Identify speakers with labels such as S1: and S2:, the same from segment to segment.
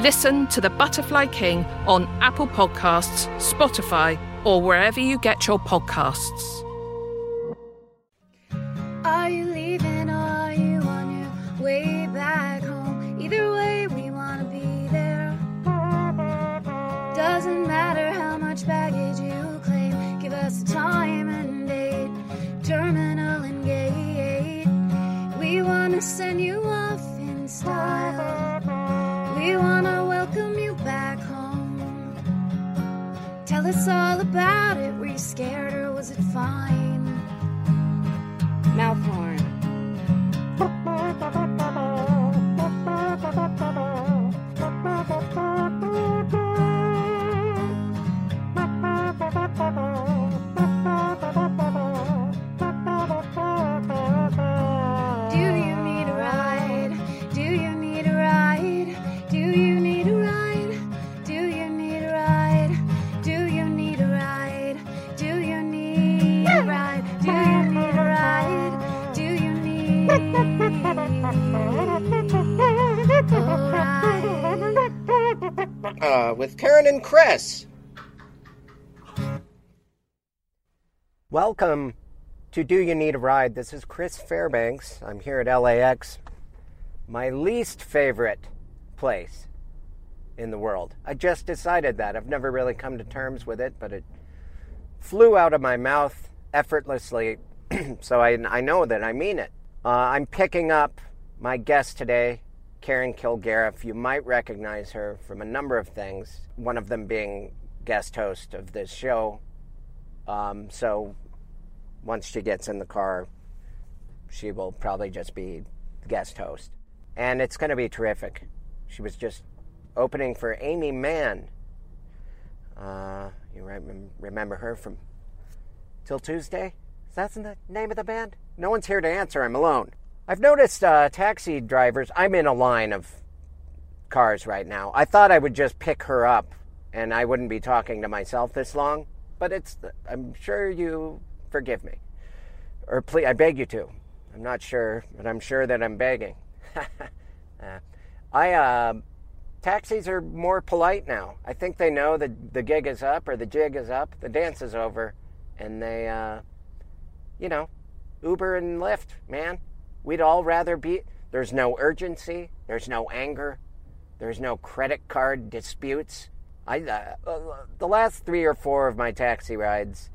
S1: Listen to The Butterfly King on Apple Podcasts, Spotify, or wherever you get your podcasts.
S2: Are you leaving? Are you on your way back home? Either way, we wanna be there. Doesn't matter how much baggage you claim, give us a time and date, terminal and gate. We wanna send you off in style. We wanna welcome you back home. Tell us all about it. Were you scared or was it fine? Mouth horn. Do you need a ride? Do you need a ride? Do you need a ride? Do you need a ride? Do you need a ride? Do you need a ride? Do you need a ride? Do you need a ride?
S3: Uh, with Karen and Chris. Welcome to Do You Need a Ride? This is Chris Fairbanks. I'm here at LAX, my least favorite place in the world. I just decided that. I've never really come to terms with it, but it flew out of my mouth effortlessly, so I, I know that I mean it. Uh, I'm picking up my guest today, Karen Kilgariff. You might recognize her from a number of things, one of them being guest host of this show. Um, so once she gets in the car, she will probably just be guest host. And it's going to be terrific. She was just opening for Amy Mann. Uh, you rem- remember her from Till Tuesday? Is that the name of the band? No one's here to answer. I'm alone. I've noticed uh, taxi drivers. I'm in a line of cars right now. I thought I would just pick her up and I wouldn't be talking to myself this long, but it's. I'm sure you forgive me. Or please, I beg you to. I'm not sure, but I'm sure that I'm begging. Uh, I, uh, taxis are more polite now. I think they know that the gig is up or the jig is up, the dance is over, and they, uh, you know, Uber and Lyft, man. We'd all rather be. There's no urgency. There's no anger. There's no credit card disputes. I uh, uh, the last three or four of my taxi rides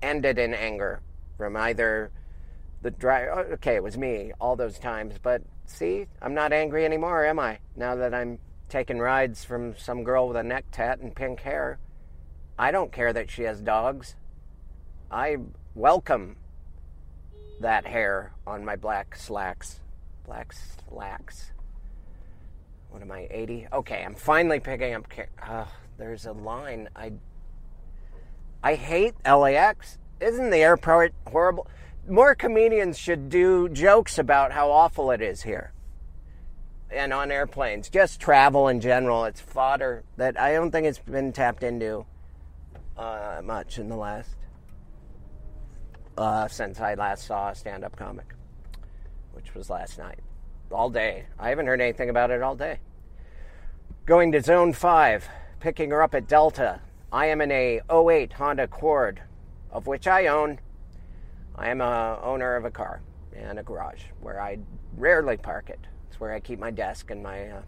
S3: ended in anger from either the driver. Okay, it was me all those times, but see, I'm not angry anymore, am I? Now that I'm taking rides from some girl with a neck tat and pink hair, I don't care that she has dogs. I welcome that hair on my black slacks. Black slacks. What am I, 80? Okay, I'm finally picking up. ca- Uh, there's a line. I I hate LAX. Isn't the airport horrible? More comedians should do jokes about how awful it is here. And on airplanes, just travel in general. It's fodder that I don't think it's been tapped into uh, much in the last uh, since I last saw a stand up comic, which was last night. All day. I haven't heard anything about it all day. Going to zone five, picking her up at Delta. I am in a 08 Honda Accord, of which I own. I am a owner of a car and a garage where I rarely park it. It's where I keep my desk and my uh,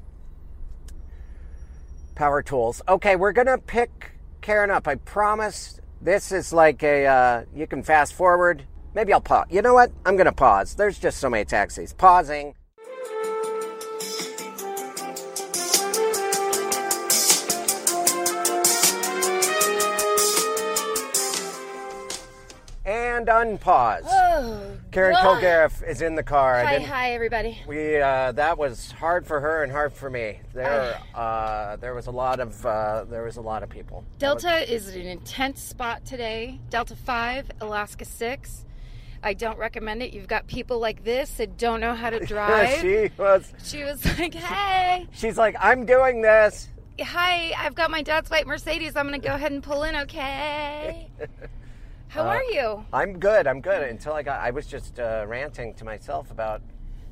S3: power tools. Okay, we're gonna pick Karen up. I promise. This is like a uh, you can fast forward. Maybe I'll pause. You know what? I'm gonna pause. There's just so many taxis. Pausing. And unpause.
S4: Oh.
S3: Karen
S4: God.
S3: Kilgariff is in the car. I
S4: Hi,
S3: didn't,
S4: hi, everybody.
S3: we uh, that was hard for her and hard for me. There, uh, there was a lot of uh, there was a lot of people.
S4: Delta is an intense spot today. Delta 5, Alaska 6. I don't recommend it. You've got people like this that don't know how to drive.
S3: she was.
S4: she was like, hey,
S3: She's like, I'm doing this.
S4: hi, I've got my dad's white Mercedes. I'm going to go ahead and pull in, okay? How are you?
S3: I'm good. I'm good. Until I got, I was just uh, ranting to myself about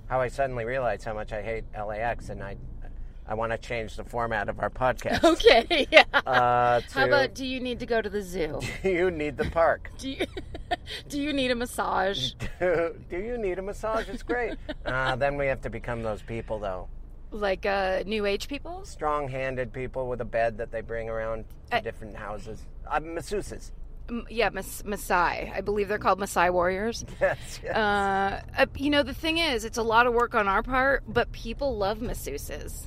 S3: how I suddenly realized how much I hate LAX, and I, I want to change the format of our podcast.
S4: Okay, yeah.
S3: Uh, to,
S4: how about do you need to go to the zoo?
S3: you need the park?
S4: Do you, do you need a massage?
S3: Do you need a massage? It's great. uh, then we have to become those people, though.
S4: Like uh, new age people?
S3: Strong-handed people with a bed that they bring around to
S4: I-
S3: different houses. Uh, masseuses.
S4: M- yeah, mas- Maasai. I believe they're called Maasai warriors.
S3: Yes. yes.
S4: Uh, uh, you know, the thing is, it's a lot of work on our part, but people love masseuses.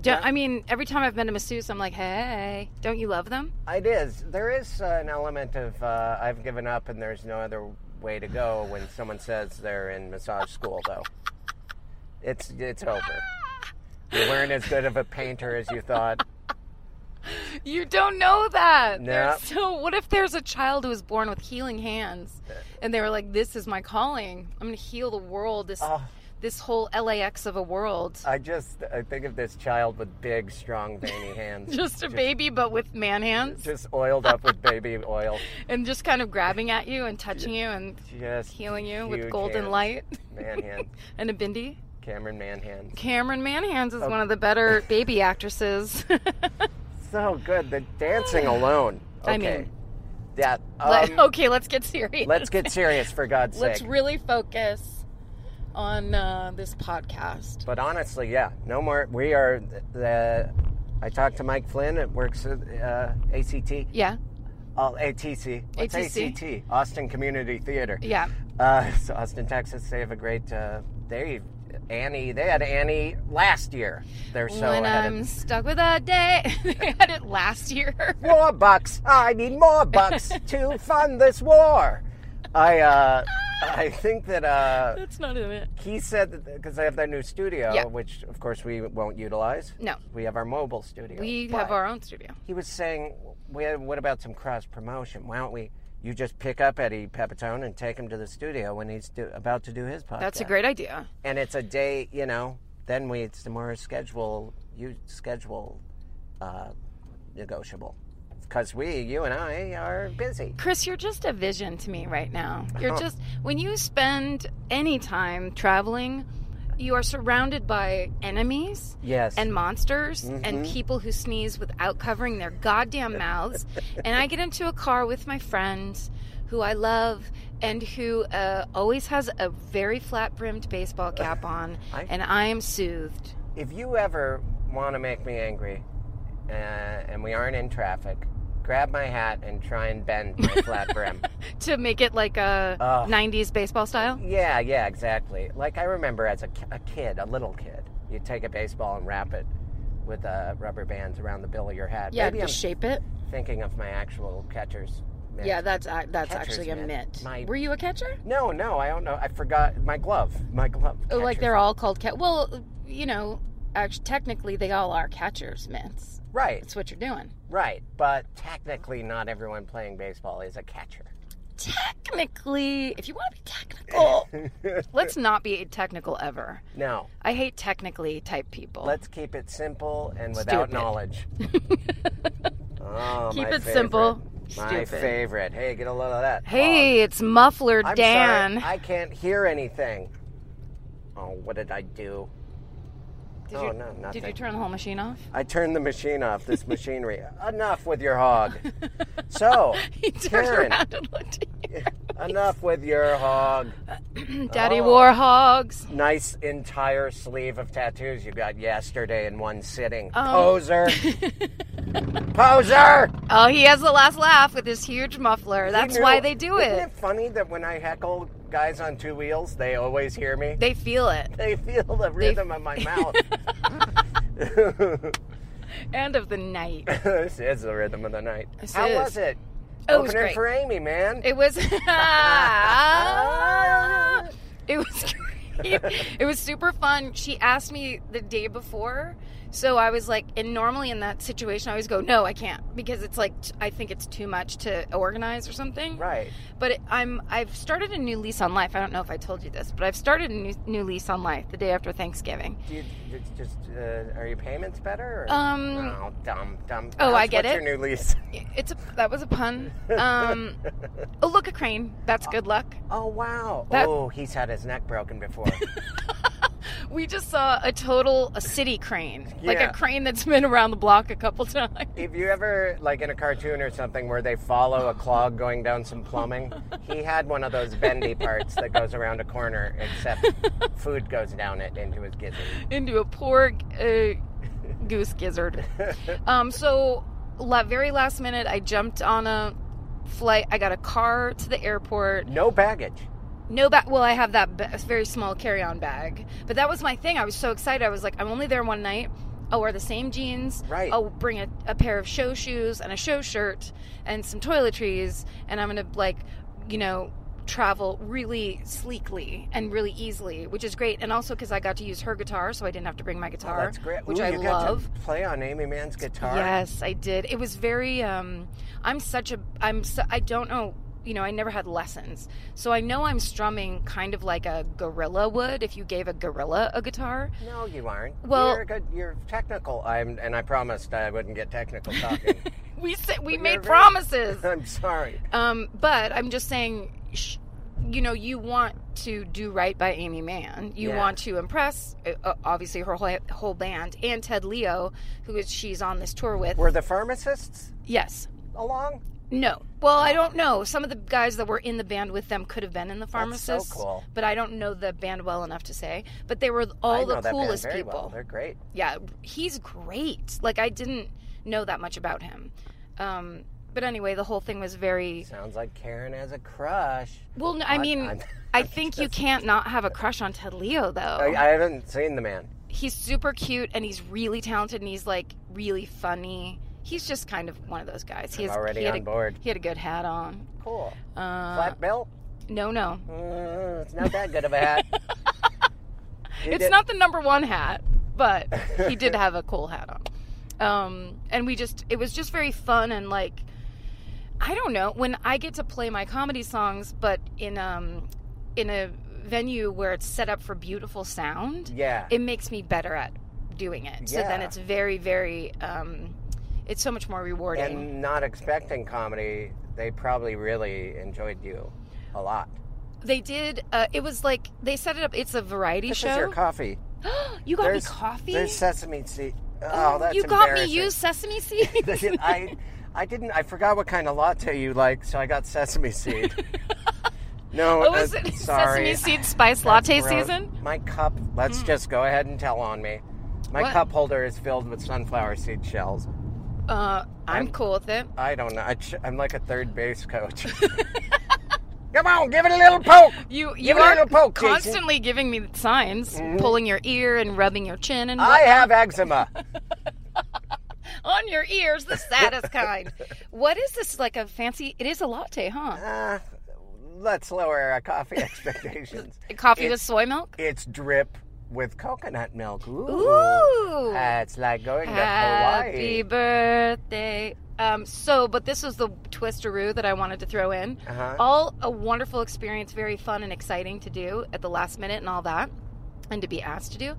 S4: Don't- I mean, every time I've been to masseuse, I'm like, hey, don't you love them?
S3: It is. There is uh, an element of uh, I've given up and there's no other way to go when someone says they're in massage school, though. It's it's over. You weren't as good of a painter as you thought.
S4: You don't know that.
S3: No.
S4: They're So, what if there's a child who was born with healing hands, and they were like, "This is my calling. I'm going to heal the world. This,
S3: Oh.
S4: this whole LAX of a world.
S3: I just I think of this child with big, strong, veiny hands,
S4: just a baby, but with man hands,
S3: just oiled up with baby oil.
S4: and just kind of grabbing at you and touching you and
S3: Just
S4: healing you
S3: huge
S4: with golden
S3: hands.
S4: light
S3: Man hand,
S4: and a bindi."
S3: Cameron man hand.
S4: Cameron Manhans
S3: Oh.
S4: is one of the better baby actresses.
S3: So good. The dancing alone. Okay.
S4: I mean-
S3: yeah.
S4: Let-
S3: um,
S4: okay, let's get serious.
S3: Let's get serious for God's
S4: Let's
S3: sake.
S4: really focus on uh, this podcast.
S3: But honestly, yeah, no more. We are the. I talked to Mike Flynn. It works at uh, ACT,
S4: Yeah,
S3: oh, ATC. What's
S4: ATC?
S3: ACT? Austin Community Theater.
S4: yeah.
S3: Uh, it's Austin, Texas. They have a great. Uh, they Annie. They had Annie last year. They're so
S4: when um,
S3: ahead
S4: I'm
S3: of.
S4: stuck with a day, they had it last year.
S3: More bucks. I need more bucks to fund this war. I uh, I think that uh,
S4: That's not in it.
S3: he said because they have their new studio,
S4: Yeah.
S3: which of course we won't utilize.
S4: No.
S3: we have our mobile studio.
S4: We
S3: But-
S4: have our own studio.
S3: he was saying, "Well, what about some cross promotion? Why don't we? You just pick up Eddie Pepitone and take him to the studio when he's do, about to do his podcast.
S4: That's a great idea.
S3: And it's a day, you know. Then we it's more schedule you schedule uh, negotiable because we, you and I, are busy.
S4: Chris, you're just a vision to me right now.
S3: Oh.
S4: You're just when you spend any time traveling, you are surrounded by enemies.
S3: Yes. Mm-hmm.
S4: and monsters and people who sneeze without covering their goddamn mouths. and I get into a car with my friends who I love and who uh, always has a very flat brimmed baseball cap on,
S3: I-
S4: and I am soothed.
S3: if you ever want to make me angry, uh, and we aren't in traffic, grab my hat and try and bend my flat brim.
S4: To make it like a
S3: Ugh.
S4: 90s baseball style?
S3: Yeah, yeah, exactly. Like I remember as a, ki- a kid, a little kid, you take a baseball and wrap it with uh, rubber bands around the bill of your hat.
S4: Yeah,
S3: Maybe I'm
S4: just shape it.
S3: thinking of my actual catchers. mitt.
S4: Yeah, that's ac- that's
S3: Catcher's
S4: actually a
S3: mitt.
S4: mitt.
S3: My-
S4: Were you a catcher?
S3: No, no, I don't know. I forgot my glove. My glove.
S4: Oh, Like
S3: catcher's-
S4: they're all called cat. Well, you know, actually, technically they all are catchers' mitts.
S3: right,
S4: That's what you're doing.
S3: right. But technically, not everyone playing baseball is a catcher.
S4: technically, if you want to be technical, let's not be technical ever.
S3: No,
S4: I hate technically type people.
S3: let's keep it simple and without
S4: Stupid.
S3: knowledge. oh,
S4: Keep
S3: my
S4: it
S3: favorite.
S4: simple,
S3: My
S4: stupid.
S3: favorite. Hey, get a load of that. Oh,
S4: hey, it's Muffler
S3: I'm
S4: Dan.
S3: sorry, I can't hear anything. Oh, what did I do?
S4: did
S3: oh,
S4: you,
S3: no,
S4: Did you
S3: nothing.
S4: turn the whole machine off?
S3: I turned the machine off, this machinery. Enough with your hog. So,
S4: He turned
S3: Karen,
S4: around and looked at
S3: enough with your hog.
S4: you. Daddy
S3: Oh.
S4: Warhogs.
S3: Nice entire sleeve of tattoos you got yesterday in one sitting.
S4: Oh.
S3: Poser. Poser!
S4: Oh, he has the last laugh with his huge muffler. That's
S3: You know,
S4: why they do
S3: Isn't
S4: it.
S3: it funny that when I heckle guys on two wheels, they always hear me?
S4: They feel it.
S3: They feel the rhythm of my mouth.
S4: End of the night.
S3: this is the rhythm of the night.
S4: This
S3: How
S4: is.
S3: was it?
S4: Oh, it was
S3: Opening
S4: great.
S3: for Amy, man.
S4: It was. it was great. It was super fun. She asked me the day before, so I was like, and normally in that situation, I always go, no, I can't, because it's like t- I think it's too much to organize or something.
S3: right.
S4: But it, I'm I've started a new lease on life. I don't know if I told you this, but I've started a new, new lease on life the day after Thanksgiving.
S3: Do you, it's just uh, are your payments better? Or?
S4: Um,
S3: No, dumb, dumb.
S4: oh,
S3: Alex,
S4: I get
S3: what's
S4: it.
S3: Your new lease.
S4: It's a that was a pun. Um, oh look a crane. That's good luck.
S3: Oh wow.
S4: That-
S3: oh, he's had his neck broken before.
S4: We just saw a total a city crane, like
S3: Yeah.
S4: a crane that's been around the block a couple times.
S3: if you ever like in a cartoon or something where they follow a clog going down some plumbing, he had one of those bendy parts that goes around a corner, except food goes down it into his gizzard.
S4: into a poor uh, goose gizzard. Um, so, la- very last minute, I jumped on a flight. I got a car to the airport.
S3: No baggage.
S4: No bag. Well, I have that ba- very small carry-on bag, but that was my thing. I was so excited. I was like, I'm only there one night. I'll wear the same jeans.
S3: Right.
S4: I'll bring a, a pair of show shoes and a show shirt and some toiletries, and I'm gonna like, you know, travel really sleekly and really easily, which is great. And also because I got to use her guitar, so I didn't have to bring my guitar,
S3: Oh, That's great.
S4: which
S3: Ooh,
S4: I
S3: you
S4: love.
S3: Got to play on Amy Mann's guitar.
S4: Yes, I did. It was very. Um, I'm such a. I'm. So, I don't know. You know, I never had lessons, so I know I'm strumming kind of like a gorilla would if you gave a gorilla a guitar.
S3: No, you aren't.
S4: Well-
S3: you're a good. You're technical. I'm, and I promised I wouldn't get technical talking.
S4: We said we
S3: You're
S4: made
S3: very-
S4: promises.
S3: I'm sorry.
S4: um, but I'm just saying, sh- you know, you want to do right by Amy Mann. You
S3: Yeah.
S4: want to impress, uh, uh, obviously, her whole whole band and Ted Leo, who is she's on this tour with.
S3: Were the pharmacists
S4: yes.
S3: along?
S4: No. Well, I don't know. Some of the guys that were in the band with them could have been in the
S3: That's so
S4: pharmacists.
S3: cool.
S4: But I don't know the band well enough to say. But they were
S3: I
S4: all
S3: know
S4: the
S3: that band
S4: coolest
S3: very
S4: people.
S3: Well. They're great.
S4: Yeah, he's great. Like I didn't know that much about him. Um, but anyway, the whole thing was very
S3: Sounds like Karen has a crush.
S4: well. no, I mean, i
S3: I'm-
S4: think you can't not have a crush on Ted Leo though.
S3: I, I haven't seen the man.
S4: he's super cute and he's really talented and he's like really funny. He's just kind of one of those guys. He's
S3: already
S4: he had
S3: on
S4: a,
S3: board.
S4: He had a good hat on.
S3: Cool.
S4: Uh,
S3: Flat bill?
S4: no, no,
S3: Mm, it's not that good of a hat. You
S4: It's
S3: did-
S4: not the number one hat, but he did have a cool hat on. Um, and we just, it was just very fun and like, I don't know when I get to play my comedy songs, but in um, in a venue where it's set up for beautiful sound,
S3: Yeah.
S4: it makes me better at doing it. So then
S3: Yeah.
S4: it's very, very, um, it's so much more rewarding.
S3: and not expecting comedy, they probably really enjoyed you a lot.
S4: they did. Uh, it was like they set it up. It's a variety
S3: This
S4: show.
S3: is your coffee.
S4: you got
S3: There's-
S4: me coffee.
S3: There's sesame seed. Oh, that's
S4: you got me
S3: embarrassing.
S4: used sesame seeds.
S3: I, I didn't. I forgot what kind of latte you like, so I got sesame seed. No,
S4: What was
S3: uh,
S4: Oh, it?
S3: sorry.
S4: Sesame seed spice latte
S3: Gross.
S4: season? Hmm.
S3: My cup. Let's just go ahead and tell on me. My
S4: What?
S3: cup holder is filled with sunflower seed shells.
S4: Uh, I'm cool with it.
S3: I don't know. I ch- I'm like a third base coach. Come on, give it a little poke.
S4: You you
S3: Give it a
S4: are
S3: little poke, Jason.
S4: constantly giving me signs, pulling your ear and rubbing your chin and
S3: I have eczema.
S4: what- on your ears, the saddest kind. What is this like a fancy? It is a latte, huh?
S3: Uh, let's lower our coffee expectations.
S4: Coffee with
S3: Uh, it's-
S4: soy milk.
S3: It's drip with coconut milk. Ooh.
S4: Ooh.
S3: That's like going to
S4: Happy
S3: Hawaii.
S4: birthday. Um, so, but this was the twisteroo that I wanted to throw in.
S3: Uh-huh.
S4: All a wonderful experience, very fun and exciting to do at the last minute and all that, and to be asked to do.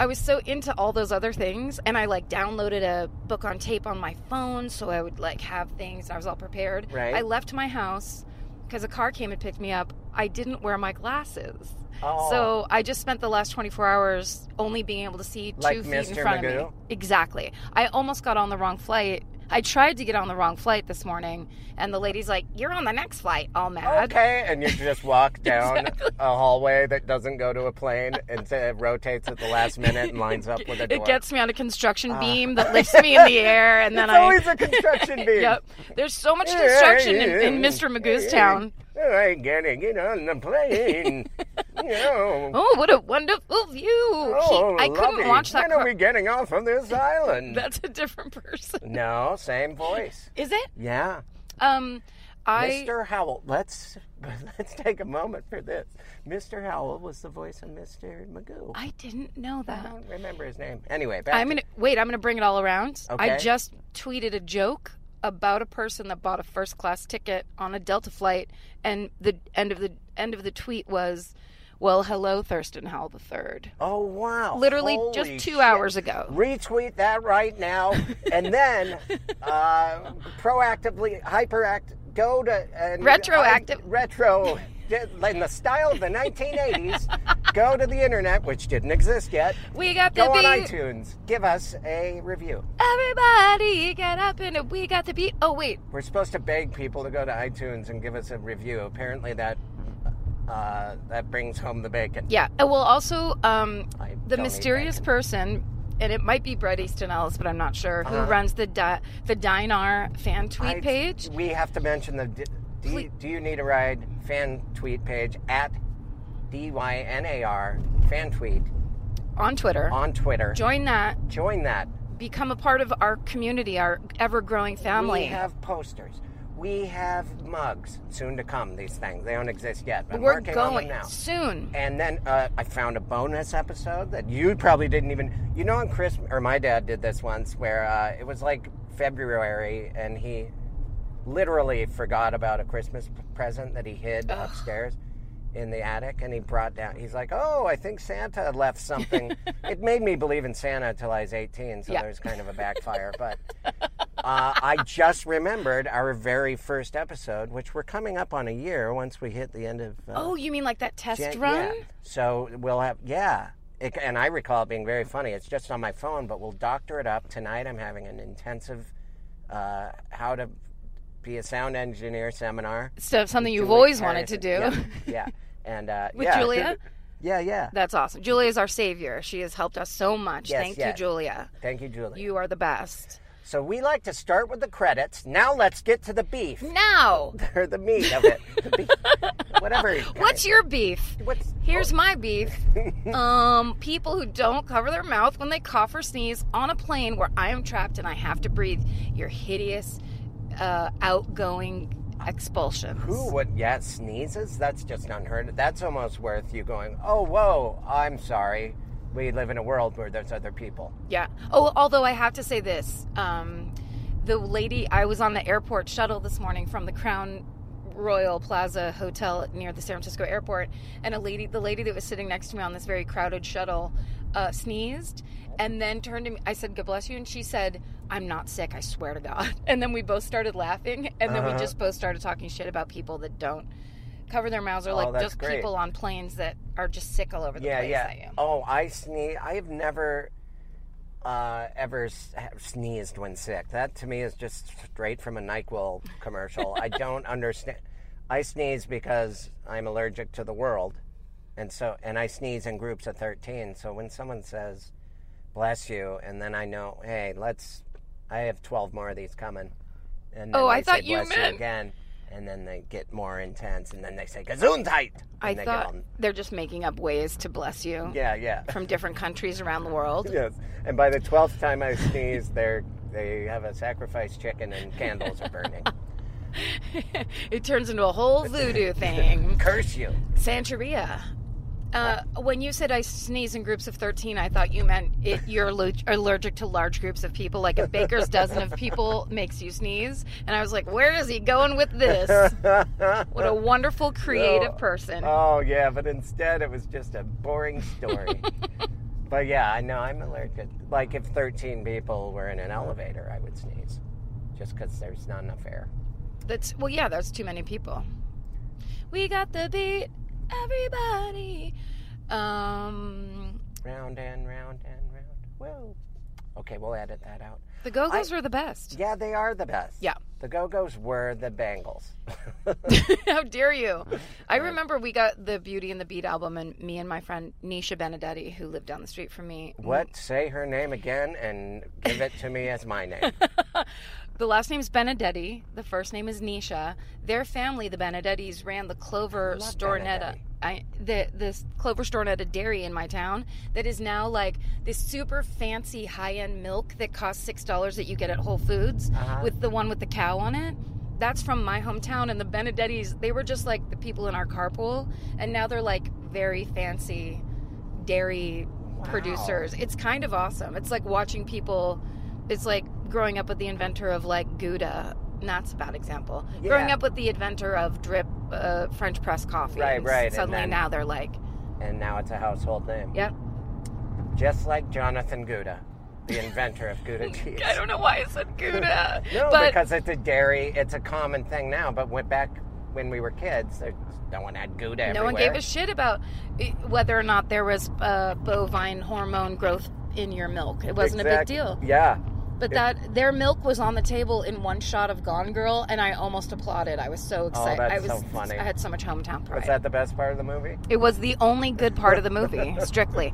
S4: I was so into all those other things, and I like downloaded a book on tape on my phone, so I would like have things. and I was all prepared.
S3: Right.
S4: I left my house because a car came and picked me up. I didn't wear my glasses,
S3: Oh.
S4: so I just spent the last twenty four hours only being able to see
S3: Like
S4: two feet in
S3: Mr.
S4: front of
S3: Magoo?
S4: me. Exactly. I almost got on the wrong flight. I tried to get on the wrong flight this morning, and the lady's like, "You're on the next flight." All mad.
S3: Okay, and you just walk down a hallway that doesn't go to a plane and uh, rotates at the last minute and lines up with a door.
S4: It gets me on a construction beam that lifts me in the air, and then
S3: Ah. it's
S4: I.
S3: always a construction beam.
S4: Yep. There's so much construction in, in Mr. Magoo's town.
S3: Oh, I gotta get on the plane. you know.
S4: Oh, what a wonderful view!
S3: Oh,
S4: He- I couldn't
S3: lovely.
S4: watch that.
S3: When are
S4: car-
S3: we getting off of this island?
S4: That's a different person.
S3: no, same voice.
S4: Is it?
S3: Yeah.
S4: Um, I
S3: Mr. Howell. Let's let's take a moment for this. Mr. Howell was the voice of Mr. Magoo.
S4: I didn't know
S3: I
S4: that.
S3: don't remember his name. Anyway, back
S4: I'm
S3: to-
S4: gonna wait. I'm gonna bring it all around. I
S3: Okay.
S4: just tweeted a joke about a person that bought a first class ticket on a Delta flight, and the end of the end of the tweet was, "Well, hello, Thurston Howell the Third.
S3: Oh wow!
S4: Literally
S3: Holy
S4: just two
S3: shit.
S4: hours ago.
S3: Retweet that right now, and then uh, proactively hyperact. Go to and
S4: Retroactive-
S3: I- retro in the style of the 1980s. go to the internet, which didn't exist yet.
S4: We got the
S3: Go on
S4: beat.
S3: iTunes. Give us a review.
S4: Everybody get up and we got the beat. Oh wait,
S3: We're supposed to beg people to go to iTunes and give us a review. Apparently, that uh, that brings home the bacon.
S4: yeah. And well, also, um,
S3: I
S4: the
S3: don't eat
S4: mysterious
S3: bacon.
S4: person, and it might be Brett Easton Ellis, but I'm not sure, who runs the di- the Dinar fan tweet
S3: Uh-huh. I-
S4: page.
S3: We have to mention the d- do, you, do you need a ride fan tweet page at D Y N A R fan tweet
S4: on Twitter.
S3: on Twitter.
S4: Join that.
S3: Join that.
S4: Become a part of our community, our ever growing family.
S3: We have posters. We have mugs soon to come. These things they don't exist yet. I'm
S4: We're
S3: working on
S4: going
S3: them now.
S4: soon.
S3: And then uh, I found a bonus episode that you probably didn't even. You know, on Christmas, or my dad did this once where uh, it was like February and he literally forgot about a Christmas p- present that he hid upstairs in the attic and he brought down. He's like, oh, I think Santa left something. it made me believe in Santa until I was 18, so
S4: Yeah.
S3: there's kind of a backfire. but uh, I just remembered our very first episode, which we're coming up on a year once we hit the end of. Uh,
S4: Oh, you mean like that test
S3: Jan-
S4: run?
S3: Yeah. So we'll have yeah. It, and I recall it being very funny. It's just on my phone, but we'll doctor it up tonight. I'm having an intensive uh, how to be a sound engineer seminar.
S4: So something you've
S3: Julie
S4: always wanted to
S3: Harrison.
S4: do.
S3: Yeah. yeah. And uh,
S4: With
S3: yeah.
S4: Julia?
S3: Yeah, yeah.
S4: That's awesome. Julia is our savior. She has helped us so much.
S3: Yes,
S4: Thank
S3: yes.
S4: you, Julia.
S3: Thank you, Julie.
S4: You are the best.
S3: So we like to start with the credits. Now let's get to the beef
S4: Now,
S3: or the meat of it. The beef. Whatever.
S4: what's your beef?
S3: what's
S4: Here's my beef. um, people who don't cover their mouth when they cough or sneeze on a plane where I am trapped and I have to breathe your hideous, uh, outgoing expulsions.
S3: Who would, yeah, sneezes? That's just unheard of. That's almost worth you going, oh, whoa, I'm sorry. We live in a world where there's other people.
S4: Yeah. Oh, although I have to say this, um, the lady I was on the airport shuttle this morning from the Crown Royal Plaza Hotel near the San Francisco airport, and a lady, the lady that was sitting next to me on this very crowded shuttle, uh, sneezed, and then turned to me. I said, "God bless you," and she said, "I'm not sick. I swear to God." And then we both started laughing, and then
S3: Uh-huh.
S4: we just both started talking shit about people that don't. Cover their mouths, or like
S3: Oh, that's
S4: just
S3: great.
S4: people on planes that are just sick all over the
S3: yeah,
S4: place.
S3: yeah.
S4: at you.
S3: Oh, I sneeze. I have never, uh, ever s- have sneezed when sick. That to me is just straight from a NyQuil commercial. I don't understand. I sneeze because I'm allergic to the world. And so, and I sneeze in groups of 13. So when someone says, bless you, and then I know, hey, let's, I have 12 more of these coming. And then
S4: Oh,
S3: they
S4: I thought
S3: say,
S4: you
S3: bless
S4: meant-
S3: you again. And then they get more intense, and then they say "Gesundheit." And
S4: I
S3: they get
S4: thought
S3: all-
S4: they're just making up ways to bless you
S3: yeah, yeah.
S4: from different countries around the world.
S3: Yes. And by the twelfth time I sneeze, they're they have a sacrifice chicken and candles are burning.
S4: It turns into a whole voodoo thing.
S3: Curse you.
S4: Santeria. Uh, when you said I sneeze in groups of 13, I thought you meant it, you're allu- allergic to large groups of people, like a baker's dozen of people makes you sneeze. And I was like, where is he going with this? What a wonderful, creative
S3: No.
S4: person.
S3: Oh yeah, but instead it was just a boring story. but yeah, I know I'm allergic. Like if thirteen people were in an elevator, I would sneeze, just because there's not enough air.
S4: That's well, yeah, that's too many people. We got the beat, everybody. Um,
S3: Round and round and round. Whoa. Okay, we'll edit that out.
S4: the Go Go's were the best.
S3: Yeah, they are the best.
S4: Yeah.
S3: The Go Go's were the Bangles.
S4: How dare you? I remember we got the Beauty and the Beat album, and me and my friend Nisha Benedetti, who lived down the street from me,
S3: What? Say her name again and give it to me as my name.
S4: The last name's Benedetti. The first name is Nisha. Their family, the Benedettis, ran the Clover Stornetta.
S3: Benedetti.
S4: I the this Clover Stornetta dairy in my town that is now like this super fancy high end milk that costs six dollars that you get at Whole Foods with the one with the cow on it. that's from my hometown and the benedettis they were just like the people in our carpool and now they're like very fancy dairy producers it's kind of awesome it's like watching people it's like growing up with the inventor of like gouda that's a bad example growing
S3: Yeah.
S4: up with the inventor of drip uh, french press coffee
S3: Right,
S4: and
S3: right, and
S4: suddenly
S3: then-
S4: now they're like
S3: And now it's a household name.
S4: yep
S3: Just like Jonathan Gouda, the inventor of Gouda cheese.
S4: i don't know why i said gouda
S3: No,
S4: but
S3: because it's a dairy, it's a common thing now, but went back when we were kids, there, no one had Gouda
S4: No one gave a shit about i- whether or not there was uh, bovine hormone growth in your milk. It wasn't
S3: Exact-
S4: a big deal.
S3: Yeah.
S4: But that their milk was on the table in one shot of Gone Girl, and I almost applauded. I was so excited.
S3: Oh, that's
S4: I was
S3: so funny.
S4: I had so much hometown pride.
S3: Was that the best part of the movie?
S4: It was the only good part of the movie, strictly.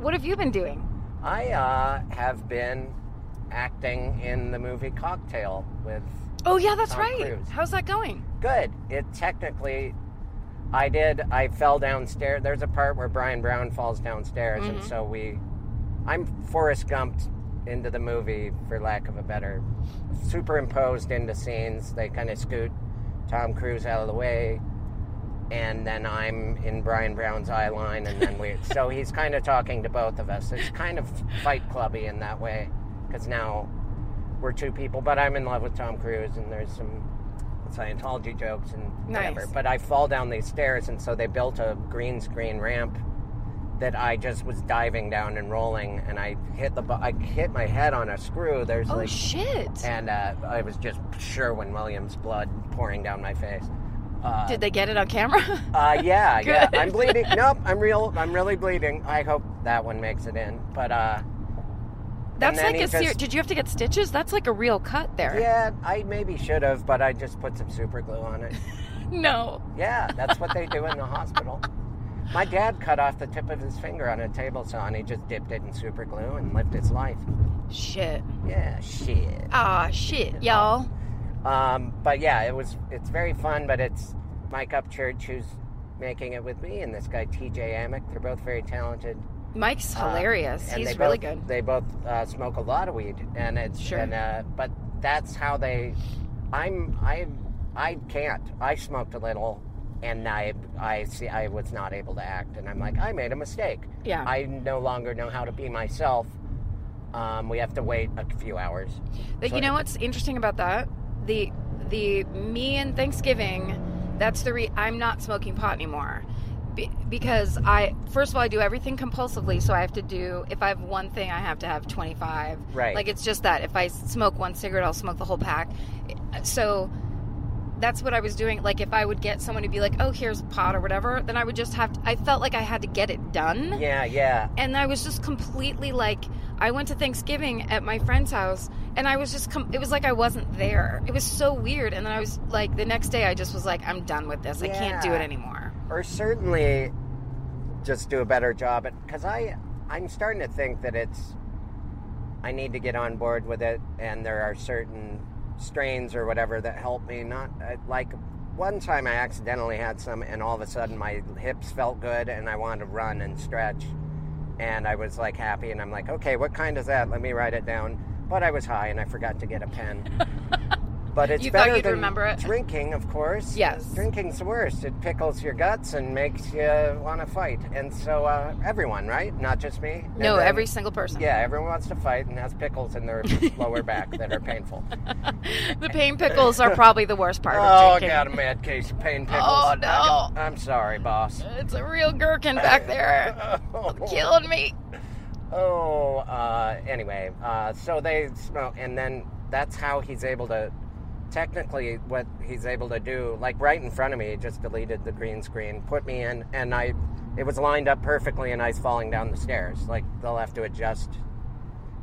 S4: What have you been doing?
S3: I uh, have been acting in the movie Cocktail with
S4: Oh yeah, that's
S3: Tom
S4: right.
S3: Cruise.
S4: How's that going?
S3: Good. It technically, I did. I fell downstairs. There's a part where Brian Brown falls downstairs,
S4: Mm-hmm.
S3: and so we, I'm Forrest Gumped into the movie, for lack of a better, superimposed into scenes. They kind of scoot Tom Cruise out of the way, and then I'm in Brian Brown's eye line, and then we. so he's kind of talking to both of us. It's kind of Fight Clubby in that way, because now we're two people. But I'm in love with Tom Cruise, and there's some Scientology jokes and whatever.
S4: Nice.
S3: But I fall down these stairs, and so they built a green screen ramp that I just was diving down and rolling, and I hit the bu- I hit my head on a screw. There's
S4: Oh
S3: like
S4: shit!
S3: and uh, I was just Sherwin Williams blood pouring down my face. Uh,
S4: Did they get it on camera?
S3: uh, yeah, yeah.
S4: Good.
S3: I'm bleeding. Nope, I'm real. I'm really bleeding. I hope that one makes it in. But uh,
S4: That's
S3: then
S4: like a.
S3: he
S4: ser-
S3: just-
S4: Did you have to get stitches? That's like a real cut there.
S3: yeah, I maybe should have, but I just put some super glue on it.
S4: No.
S3: Yeah, that's what they do in the hospital. My dad cut off the tip of his finger on a table saw, and he just dipped it in super glue and lived his life.
S4: Shit.
S3: Yeah, shit.
S4: Ah, shit, y'all.
S3: Um, but yeah, it was it's very fun. But it's Mike Upchurch who's making it with me, and this guy T.J. Amick. They're both very talented.
S4: Mike's
S3: Uh,
S4: hilarious.
S3: and
S4: He's
S3: they
S4: really
S3: both-
S4: good.
S3: They both uh, smoke a lot of weed, and it's
S4: Sure.
S3: And, uh, but that's how they. I'm I I can't. I smoked a little, and I I see I was not able to act, and I'm like I made a mistake.
S4: Yeah.
S3: I no longer know how to be myself. Um, we have to wait a few hours.
S4: But you know what's interesting about that? The the me and Thanksgiving. That's the re. I'm not smoking pot anymore. Be- because I, first of all, I do everything compulsively, so I have to do. If I have one thing, I have to have twenty five.
S3: Right.
S4: Like it's just that if I smoke one cigarette, I'll smoke the whole pack. Eh, So that's what I was doing. Like if I would get someone to be like, "Oh, here's pot" or whatever, then I would just have. To, I felt like I had to get it done.
S3: Yeah, yeah.
S4: and I was just completely like I went to Thanksgiving at my friend's house and I was just com- it was like I wasn't there. It was so weird and then I was like the next day I just was like I'm done with this. I can't do
S3: Yeah.
S4: it anymore.
S3: or certainly just do a better job at because i i'm starting to think that it's i need to get on board with it and there are certain strains or whatever that help me not uh, like one time i accidentally had some and all of a sudden my hips felt good and i wanted to run and stretch and i was like happy and i'm like okay what kind is that let me write it down but i was high and i forgot to get a pen but it's
S4: You thought
S3: better
S4: you'd
S3: than
S4: remember it?
S3: drinking of course
S4: Yes.
S3: drinking's the worst. It pickles your guts and makes you want to fight. And so uh, everyone, right? Not just me. And
S4: No,
S3: then-
S4: every single person.
S3: Yeah, everyone wants to fight and has pickles in their lower back that are painful.
S4: The pain pickles are probably the worst part
S3: Oh,
S4: of
S3: I
S4: drinking.
S3: got a mad case of pain pickles.
S4: Oh,
S3: I
S4: no.
S3: got- I'm sorry, boss.
S4: It's a real gherkin back there. Killing me.
S3: Oh, uh, anyway, uh, so they smoke, and then that's how he's able to. Technically, what he's able to do, like right in front of me, he just deleted the green screen, put me in, and I, it was lined up perfectly, and I was falling down the stairs. Like they'll have to adjust,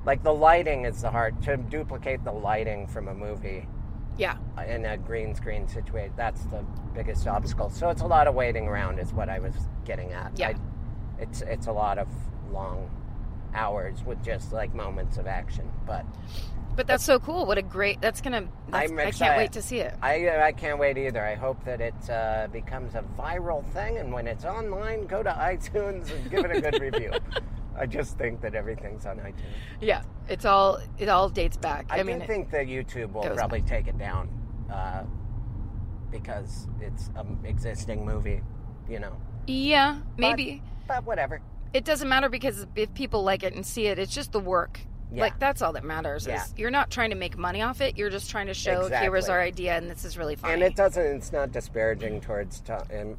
S3: like the lighting is the hard to duplicate the lighting from a movie uh,
S4: Yeah.
S3: in a green screen situation. That's the biggest obstacle. So it's a lot of waiting around, is what I was getting at.
S4: Yeah.
S3: I- it's it's a lot of long hours with just like moments of action. But
S4: But that's so cool. What a great that's going to I
S3: I'm
S4: can't
S3: excited.
S4: wait to see it.
S3: I uh, I can't wait either. I hope that it uh, becomes a viral thing, and when it's online, go to iTunes and give it a good review. I just think that everything's on iTunes.
S4: Yeah. It's all it all dates back.
S3: I,
S4: I, mean
S3: do think that YouTube will
S4: goes
S3: probably take it down. Uh, because it's an existing movie, you know.
S4: Yeah, maybe.
S3: But whatever.
S4: it doesn't matter because if people like it and see it, it's just the work.
S3: Yeah.
S4: Like that's all that matters.
S3: Yeah.
S4: Is you're not trying to make money off it. You're just trying to show here is
S3: Exactly.
S4: our idea and this is really funny.
S3: And it doesn't. It's not disparaging towards Tom. And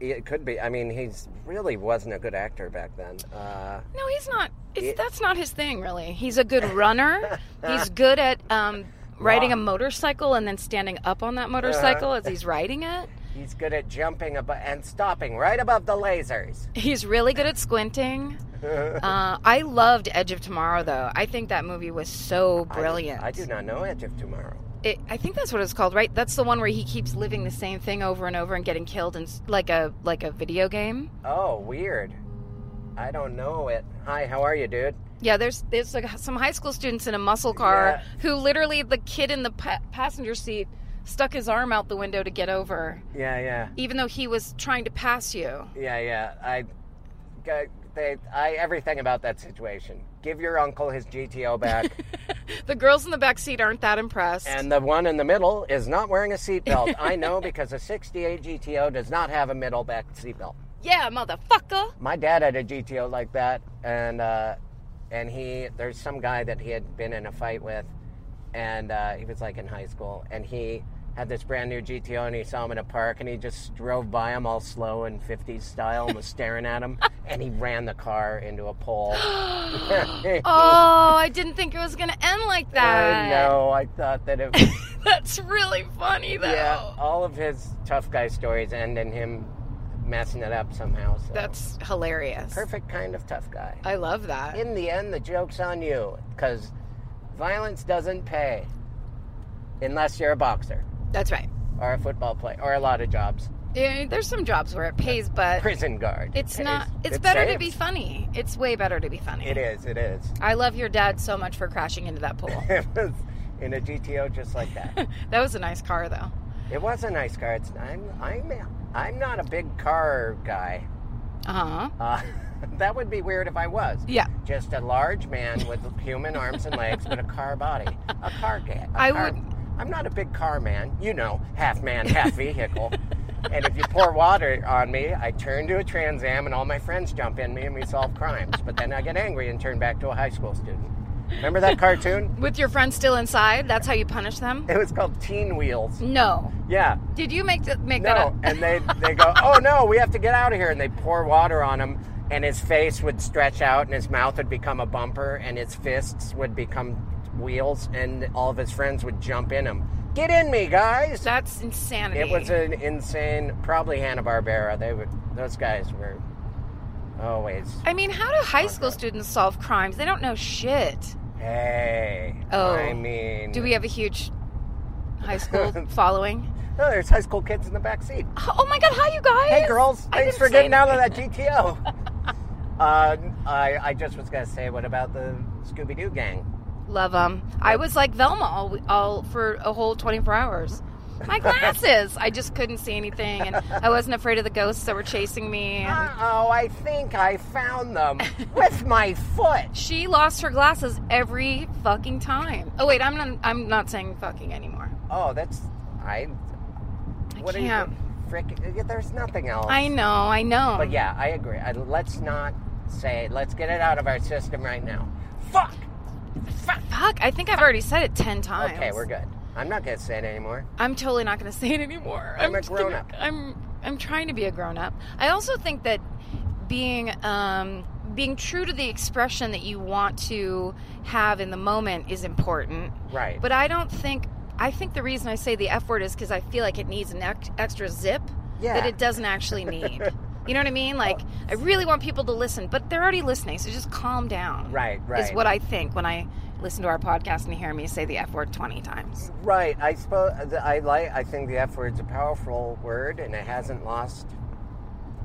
S3: it could be. I mean, he's really wasn't a good actor back then. Uh,
S4: no, he's not. It's, that's not his thing, really. He's a good runner. he's good at um, riding a motorcycle and then standing up on that
S3: Uh-huh.
S4: motorcycle as he's riding it.
S3: he's good at jumping above and stopping right above the lasers.
S4: He's really good at squinting. Uh, I loved Edge of Tomorrow, though. I think that movie was so brilliant.
S3: I do not know Edge of Tomorrow.
S4: it, I think that's what it's called, right? That's the one where he keeps living the same thing over and over and getting killed in s- like a like a video game.
S3: Oh, weird. I don't know it. Hi, how are you, dude?
S4: Yeah, there's there's like some high school students in a muscle car
S3: Yeah.
S4: who literally the kid in the pa- passenger seat stuck his arm out the window to get over,
S3: Yeah, yeah,
S4: even though he was trying to pass you.
S3: yeah, yeah. I, g- they, I everything about that situation. Give your uncle his GTO back,
S4: The girls in the back seat aren't that impressed.
S3: and the one in the middle is not wearing a seatbelt. I know because a '68 GTO does not have a middle back seatbelt.
S4: yeah, motherfucker.
S3: my dad had a GTO like that, and uh, and he there's some guy that he had been in a fight with, and uh, he was like in high school, and he had this brand new GTO, and he saw him in a park, and he just drove by him all slow and 50s style, and was staring at him, and he ran the car into a pole.
S4: Oh, I didn't think it was gonna end like
S3: I
S4: that.
S3: know. I thought that it.
S4: That's really funny though.
S3: Yeah, all of his tough guy stories end in him messing it up somehow. So.
S4: That's hilarious.
S3: perfect kind of tough guy.
S4: I love that.
S3: in the end, the joke's on you because violence doesn't pay unless you're a boxer
S4: That's right.
S3: or a football player or a lot of jobs.
S4: Yeah, there's some jobs where it pays, but
S3: Prison guard.
S4: it's
S3: pays.
S4: not. It's
S3: It
S4: better to
S3: saves.
S4: be funny. It's way better to be funny.
S3: It is. It is.
S4: I love your dad so much for crashing into that pool.
S3: It was in a GTO just like that.
S4: that was a nice car, though.
S3: it was a nice car. It's, I'm I'm I'm not a big car guy.
S4: Uh huh.
S3: Uh, that would be weird if I was.
S4: Yeah.
S3: Just a large man with human arms and legs, but a car body, a car cat.
S4: I
S3: I
S4: would-
S3: I'm not a big car man, you know, half man, half vehicle. and if you pour water on me, I turn to a Trans Am, and all my friends jump in me, and we solve crimes. But then I get angry and turn back to a high school student. Remember that cartoon?
S4: With your friends still inside, that's how you punish them.
S3: It was called Teen Wheels.
S4: No.
S3: Yeah.
S4: Did you make th- make that up?
S3: No, and they they go, oh no, we have to get out of here, and they pour water on him, and his face would stretch out, and his mouth would become a bumper, and his fists would become wheels, and all of his friends would jump in him. Get in me, guys!
S4: That's insanity.
S3: It was an insane, probably Hanna Barbera. They would, those guys were always,
S4: I mean, how do high school students solve crimes? They don't know shit.
S3: hey.
S4: Oh.
S3: I mean,
S4: Do we have a huge high school following?
S3: Oh, there's high school kids in the back seat.
S4: Oh my god! Hi, you guys.
S3: Hey, girls!
S4: I
S3: Thanks
S4: didn't
S3: for
S4: say
S3: getting out
S4: anything.
S3: of that GTO. uh, I, I just was gonna say, what about the Scooby Doo gang?
S4: Love them. I was like Velma all, all for a whole 24 hours. My glasses. I just couldn't see anything, and I wasn't afraid of the ghosts that were chasing me. And
S3: Oh, I think I found them with my foot.
S4: she lost her glasses every fucking time. Oh wait, I'm not. I'm not saying fucking anymore.
S3: Oh, that's I.
S4: I
S3: What
S4: can't.
S3: are you frickin'? There's nothing else.
S4: I know. I know.
S3: But yeah, I agree. I, let's not say. Let's get it out of our system right now. Fuck.
S4: Fuck. I think I've already said it ten times.
S3: Okay, we're good. I'm not gonna say it anymore.
S4: I'm totally not going to say it anymore.
S3: I'm a
S4: just gonna-
S3: grown-up.
S4: I'm I'm trying to be a grown up. I also think that being um, being true to the expression that you want to have in the moment is important.
S3: Right.
S4: But I don't think I think the reason I say the F word is because I feel like it needs an ex- extra zip
S3: Yeah.
S4: that it doesn't actually need. you know what I mean? Like I really want people to listen, but they're already listening, so just calm down.
S3: Right,
S4: Is
S3: right.
S4: what I think when I listen to our podcast and hear me say the F word twenty times.
S3: Right. I suppose uh, I like. I think the F word's a powerful word, and it hasn't lost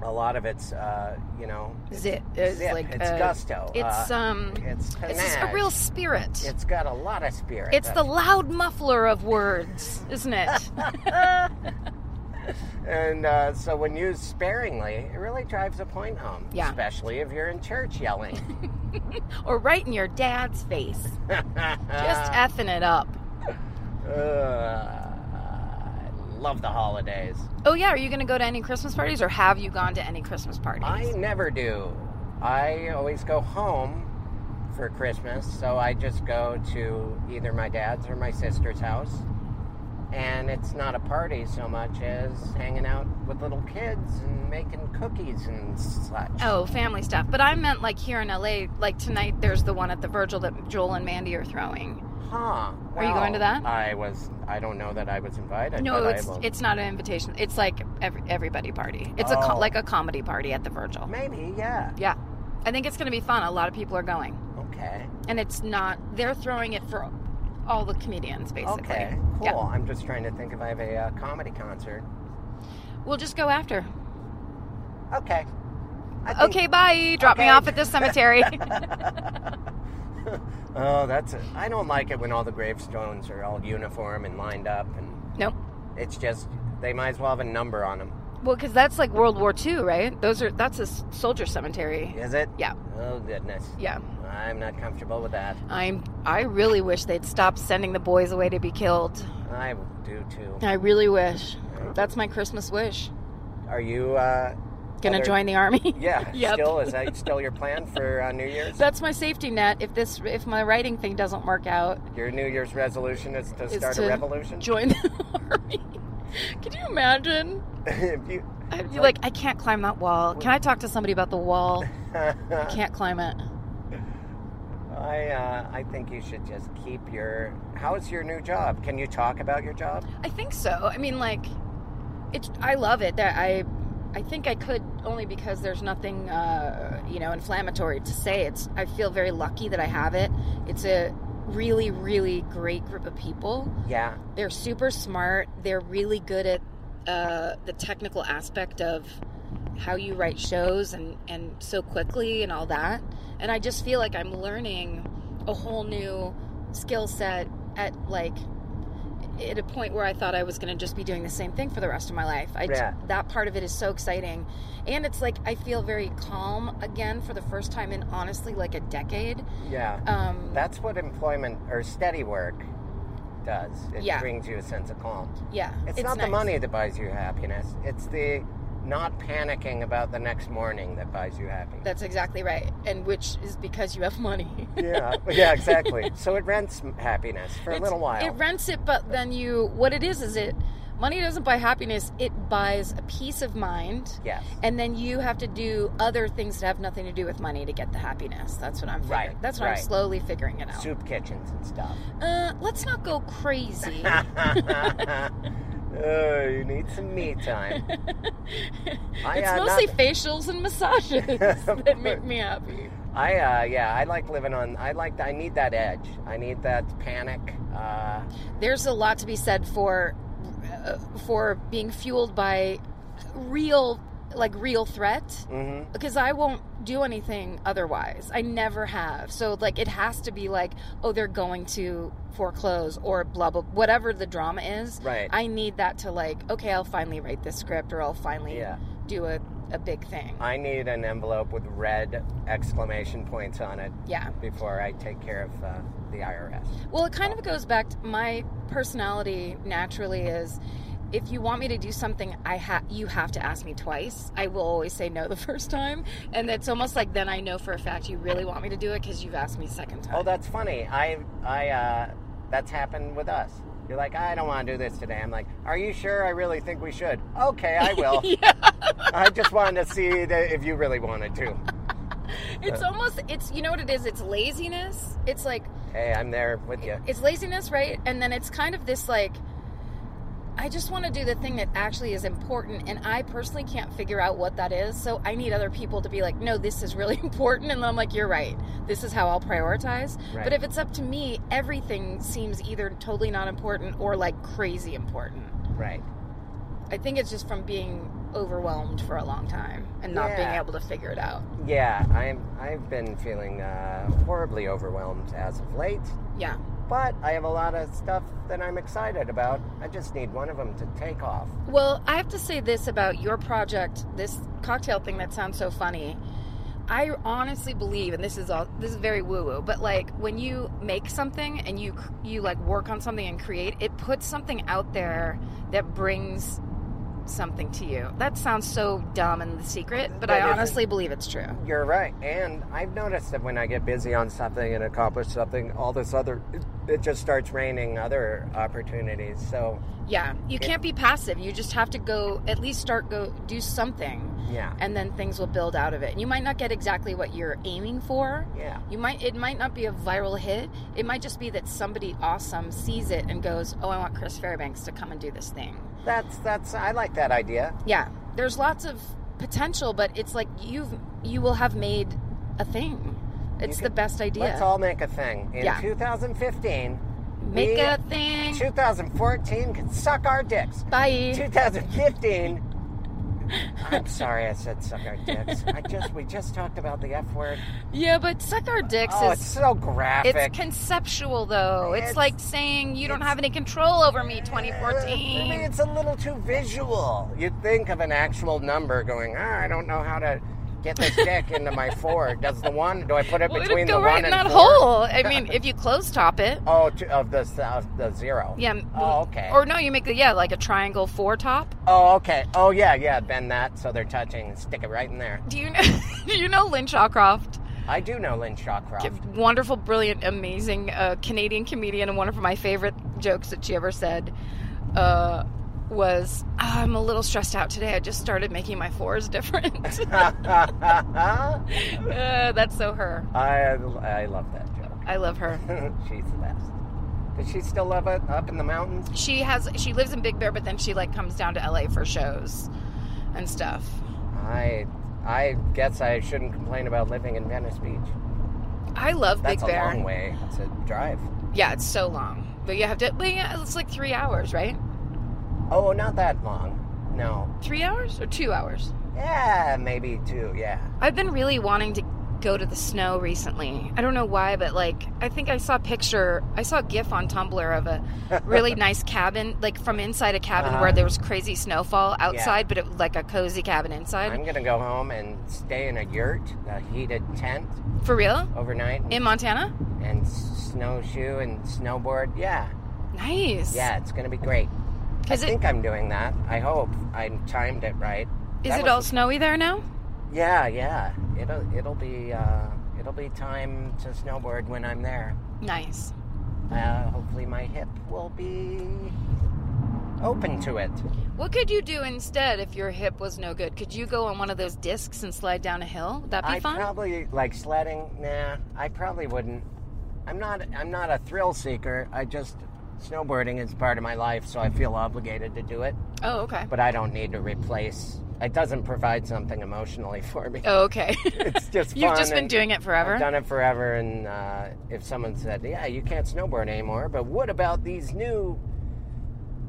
S3: a lot of its. Uh, you know, its
S4: zip. It's
S3: zip,
S4: like
S3: its
S4: uh,
S3: gusto.
S4: It's
S3: uh,
S4: um,
S3: It's
S4: it's just a
S3: panache.
S4: real spirit. It's,
S3: It's got a lot of spirit.
S4: the loud muffler of words, isn't it?
S3: And uh, so when used sparingly, it really drives a point home.
S4: Yeah.
S3: Especially if you're in church yelling.
S4: or right in your dad's face, just effing it up.
S3: Ugh, I love the holidays.
S4: Oh yeah, are you going to go to any Christmas parties, or have you gone to any Christmas parties?
S3: I never do. I always go home for Christmas, so I just go to either my dad's or my sister's house. And it's not a party so much as hanging out with little kids and making cookies and such.
S4: Oh, family stuff. But I meant like here in LA, like tonight there's the one at the Virgil that Joel and Mandy are throwing.
S3: Huh.
S4: Are you
S3: Well,
S4: going to that?
S3: I was. I don't know that I was invited.
S4: No,
S3: but I
S4: it's
S3: will-
S4: it's not an invitation. It's like every, everybody party. It's a
S3: Oh.
S4: co- like a comedy party at the Virgil.
S3: maybe. Yeah.
S4: Yeah. I think it's going to be fun. A lot of people are going.
S3: Okay.
S4: And it's not they're throwing it for all the comedians basically.
S3: Okay. Cool.
S4: Yeah.
S3: I'm just trying to think if I have a uh, comedy concert.
S4: We'll just go after.
S3: Okay. I think-
S4: Okay, bye. Drop me
S3: Okay.
S4: off at this cemetery.
S3: Oh, that's. A, I don't like it when all the gravestones are all uniform and lined up, and
S4: nope.
S3: it's just they might as well have a number on them.
S4: Well, because that's like World War II, right? Those are that's a s- soldier cemetery.
S3: Is it?
S4: Yeah.
S3: Oh goodness.
S4: Yeah.
S3: I'm not comfortable with that.
S4: I'm. I really wish they'd stop sending the boys away to be killed.
S3: I do too.
S4: I really wish. That's my Christmas wish.
S3: Are you? uh
S4: Gonna
S3: Other-
S4: join the army.
S3: Yeah.
S4: Yep.
S3: Still, is that still your plan for uh, New Year's?
S4: That's my safety net. If this, if my writing thing doesn't work out,
S3: Your New Year's resolution is to
S4: is
S3: start
S4: to
S3: a revolution.
S4: join the army. Can you imagine?
S3: if you,
S4: I'd be like, I can't climb that wall. Can I talk to somebody about the wall? I can't climb it.
S3: I, uh, I think you should just keep your. How's your new job? Can you talk about your job?
S4: I think so. I mean, like, it's. I love it. That I, I think I could only because there's nothing, uh, you know, inflammatory to say. It's. I feel very lucky that I have it. It's a really, really great group of people.
S3: Yeah.
S4: They're super smart. They're really good at uh, the technical aspect of how you write shows and and so quickly and all that. And I just feel like I'm learning a whole new skill set at like at a point where I thought I was going to just be doing the same thing for the rest of my life. I
S3: Yeah.
S4: that part of it is so exciting. And it's like I feel very calm again for the first time in honestly like a decade.
S3: Yeah.
S4: Um
S3: That's what employment or steady work does. It
S4: Yeah.
S3: brings you a sense of calm.
S4: yeah.
S3: It's, not the
S4: nice.
S3: money that buys you happiness. It's the not panicking about the next morning that buys you happiness.
S4: That's exactly right. And which is because you have money.
S3: yeah, yeah, exactly. So it rents m- happiness for a
S4: It's-
S3: little while.
S4: It rents it, but then you, what it is, is it, money doesn't buy happiness, it buys a peace of mind.
S3: yes.
S4: And then you have to do other things that have nothing to do with money to get the happiness. That's what I'm figuring.
S3: Right,
S4: That's what
S3: right.
S4: I'm slowly figuring it out.
S3: Soup kitchens and stuff.
S4: Uh, let's not go crazy.
S3: oh, you need some me time. I,
S4: it's
S3: uh,
S4: mostly
S3: not-
S4: facials and massages that make me happy.
S3: I uh, yeah, I like living on. I like. I need that edge. I need that panic. Uh,
S4: there's a lot to be said for uh, for being fueled by real like real threat
S3: mm-hmm,
S4: because I won't do anything otherwise. I never have. So like it has to be like oh they're going to foreclose or blah blah whatever the drama is.
S3: Right.
S4: I need that to like okay I'll finally write this script or I'll finally
S3: Yeah.
S4: do a, a big thing.
S3: I need an envelope with red exclamation points on it
S4: yeah.
S3: before I take care of uh, the IRS.
S4: Well, it kind of goes back to my personality naturally is if you want me to do something, I ha- you have to ask me twice. I will always say no the first time, and it's almost like then I know for a fact you really want me to do it because you've asked me a second time.
S3: Oh, that's funny. I I uh, that's happened with us. You're like, I don't want to do this today. I'm like, Are you sure? I really think we should. Okay, I will. I just wanted to see that if you really wanted to.
S4: it's almost it's you know what it is. It's laziness. It's like
S3: Hey, I'm there with you.
S4: it's laziness, right? And then it's kind of this like I just want to do the thing that actually is important and I personally can't figure out what that is. So I need other people to be like, "No, this is really important." And then I'm like, "You're right. This is how I'll prioritize."
S3: Right.
S4: But if it's up to me, everything seems either totally not important or like crazy important.
S3: Right.
S4: I think it's just from being overwhelmed for a long time and not being
S3: Yeah.
S4: able to figure it out.
S3: Yeah, I'm. I've been feeling uh, horribly overwhelmed as of late.
S4: Yeah.
S3: But I have a lot of stuff that I'm excited about. I just need one of them to take off.
S4: Well, I have to say this about your project, this cocktail thing that sounds so funny. I honestly believe, and this is all this is very woo woo, but like when you make something and you cr- you like work on something and create, it puts something out there that brings something to you. That sounds so dumb and the secret, but I
S3: That is-
S4: honestly believe it's true.
S3: You're right. And I've noticed that when I get busy on something and accomplish something, all this other, it, it just starts raining other opportunities. So,
S4: Yeah, you can't be passive. You just have to go at least start go do something,
S3: yeah.
S4: and then things will build out of it. And you might not get exactly what you're aiming for.
S3: Yeah.
S4: You might it might not be a viral hit. It might just be that somebody awesome sees it and goes, "Oh, I want Chris Fairbanks to come and do this thing."
S3: That's, that's, I like that idea.
S4: Yeah. There's lots of potential, but it's like you've you will have made a thing. It's
S3: can-
S4: the best idea.
S3: Let's all make a thing. In
S4: Yeah.
S3: 2015,
S4: Make
S3: we-
S4: a thing.
S3: 2014 can suck our dicks.
S4: Bye.
S3: 2015. I'm sorry I said suck our dicks. I just we just talked about the F word.
S4: Yeah, but suck our dicks
S3: Oh,
S4: is
S3: it's so graphic.
S4: It's conceptual, though. It's,
S3: It's-
S4: like saying you don't have any control over me, 2014.
S3: I mean, it's a little too visual. You'd think of an actual number going, ah, I don't know how to get this dick into my four. Does the one, do I put it
S4: Well,
S3: between
S4: it'd go
S3: the
S4: right
S3: one
S4: in
S3: and
S4: that
S3: four?
S4: hole. I mean, if you close top it,
S3: Oh, to, of the, of the zero.
S4: yeah.
S3: Oh, okay.
S4: Or no, you make the yeah, like a triangle four top.
S3: Oh, okay. Oh, yeah, yeah. Bend that so they're touching. Stick it right in there.
S4: Do you know? do you know Lynn Shawcroft?
S3: I do know Lynn Shawcroft.
S4: Wonderful, brilliant, amazing uh, Canadian comedian, and one of my favorite jokes that she ever said. Uh, was "Ah, I'm a little stressed out today. I just started making my fours different.
S3: I,
S4: uh, that's so her.
S3: I love that joke.
S4: I love her.
S3: She's the best. Does she still love it up in the mountains?
S4: she has she lives in Big Bear, but then she like comes down to LA for shows and stuff.
S3: I I guess I shouldn't complain about living in Venice Beach.
S4: I love
S3: That's
S4: Big
S3: a
S4: Bear.
S3: long way. It's a drive.
S4: Yeah, it's so long, but you have to. But yeah, it's like three hours, right?
S3: Oh, not that long. No.
S4: Three hours or two hours?
S3: Yeah, maybe two. Yeah.
S4: I've been really wanting to go to the snow recently. I don't know why, but like I think I saw a picture, I saw a GIF on Tumblr of a really nice cabin, like from inside a cabin
S3: Uh-huh.
S4: where there was crazy snowfall outside, but it was like a cozy cabin inside.
S3: I'm gonna go home and stay in a yurt, a heated tent
S4: for real?
S3: overnight, and,
S4: In Montana?
S3: and snowshoe and snowboard. Yeah.
S4: Nice.
S3: Yeah, it's gonna be great. I
S4: Because it
S3: think I'm doing that. I hope I timed it right.
S4: is
S3: That
S4: it
S3: was-
S4: all snowy there now?
S3: Yeah, yeah. It'll it'll be uh, it'll be time to snowboard when I'm there.
S4: Nice.
S3: Uh, hopefully, my hip will be open to it.
S4: What could you do instead if your hip was no good? Could you go on one of those discs and slide down a hill? Would that be
S3: I
S4: fun?
S3: probably like sledding. Nah, I probably wouldn't. I'm not. I'm not a thrill seeker. I just snowboarding is part of my life, so I feel obligated to do it.
S4: oh, okay.
S3: But I don't need to replace. It doesn't provide something emotionally for me.
S4: Oh, okay.
S3: It's just
S4: You've
S3: fun
S4: just been
S3: and-
S4: doing it forever.
S3: I've done it forever, and uh, if someone said, "Yeah, you can't snowboard anymore," but what about these new?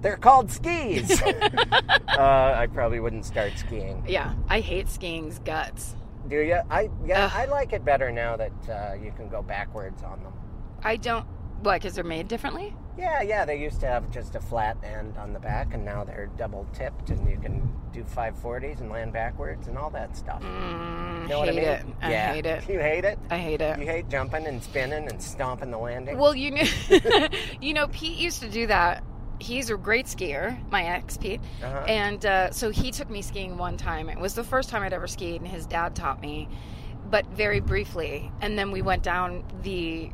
S3: They're called skis. uh, I probably wouldn't start skiing.
S4: yeah, I hate skiing's guts.
S3: Do you? I yeah,
S4: Ugh.
S3: I like it better now that uh, you can go backwards on them.
S4: I don't. Why? Because they're made differently?
S3: Yeah, yeah. They used to have just a flat end on the back, and now they're double tipped, and you can do 540s and land backwards and all that stuff.
S4: Mm,
S3: You know what I
S4: hate
S3: mean?
S4: it. I
S3: yeah.
S4: hate it.
S3: You hate it.
S4: I hate
S3: You
S4: it.
S3: hate jumping and spinning and stomping the landing.
S4: Well, you know, you know, Pete used to do that. He's a great skier, my ex Pete.
S3: Uh-huh.
S4: And uh, so he took me skiing one time. It was the first time I'd ever skied, and his dad taught me, but very briefly. And then we went down the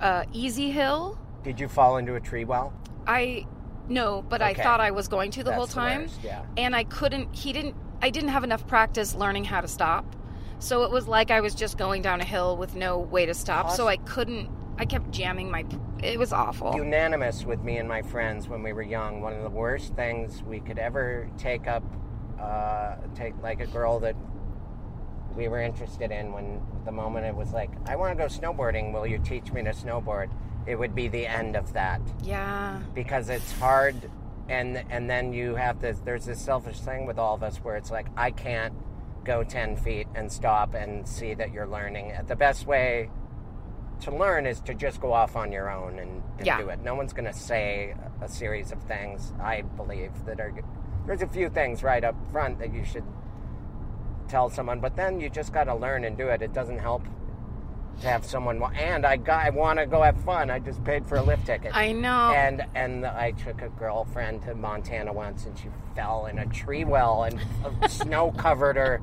S4: uh, easy hill.
S3: Did you fall into a tree well?
S4: I no, but
S3: Okay.
S4: I thought I was going to the
S3: That's
S4: whole time,
S3: worst, yeah.
S4: and I couldn't. He didn't. I didn't have enough practice learning how to stop, so it was like I was just going down a hill with no way to stop. So
S3: Awesome.
S4: I couldn't. I kept jamming my. It was awful.
S3: Unanimous with me and my friends when we were young. One of the worst things we could ever take up, uh, take like a girl that we were interested in. When the moment it was like, I want to go snowboarding. Will you teach me to snowboard? It would be the end of that
S4: yeah.
S3: because it's hard, and and then you have this. There's this selfish thing with all of us where it's like, I can't go ten feet and stop and see that you're learning. The best way to learn is to just go off on your own and, and
S4: Yeah.
S3: do it. No one's going to say a series of things, I believe, that are. There's a few things right up front that you should tell someone, but then you just got to learn and do it. It doesn't help to have someone. wa- And I got, I want to go have fun. I just paid for a lift ticket.
S4: I know.
S3: And and I took a girlfriend to Montana once, and she fell in a tree well, and uh, snow covered her.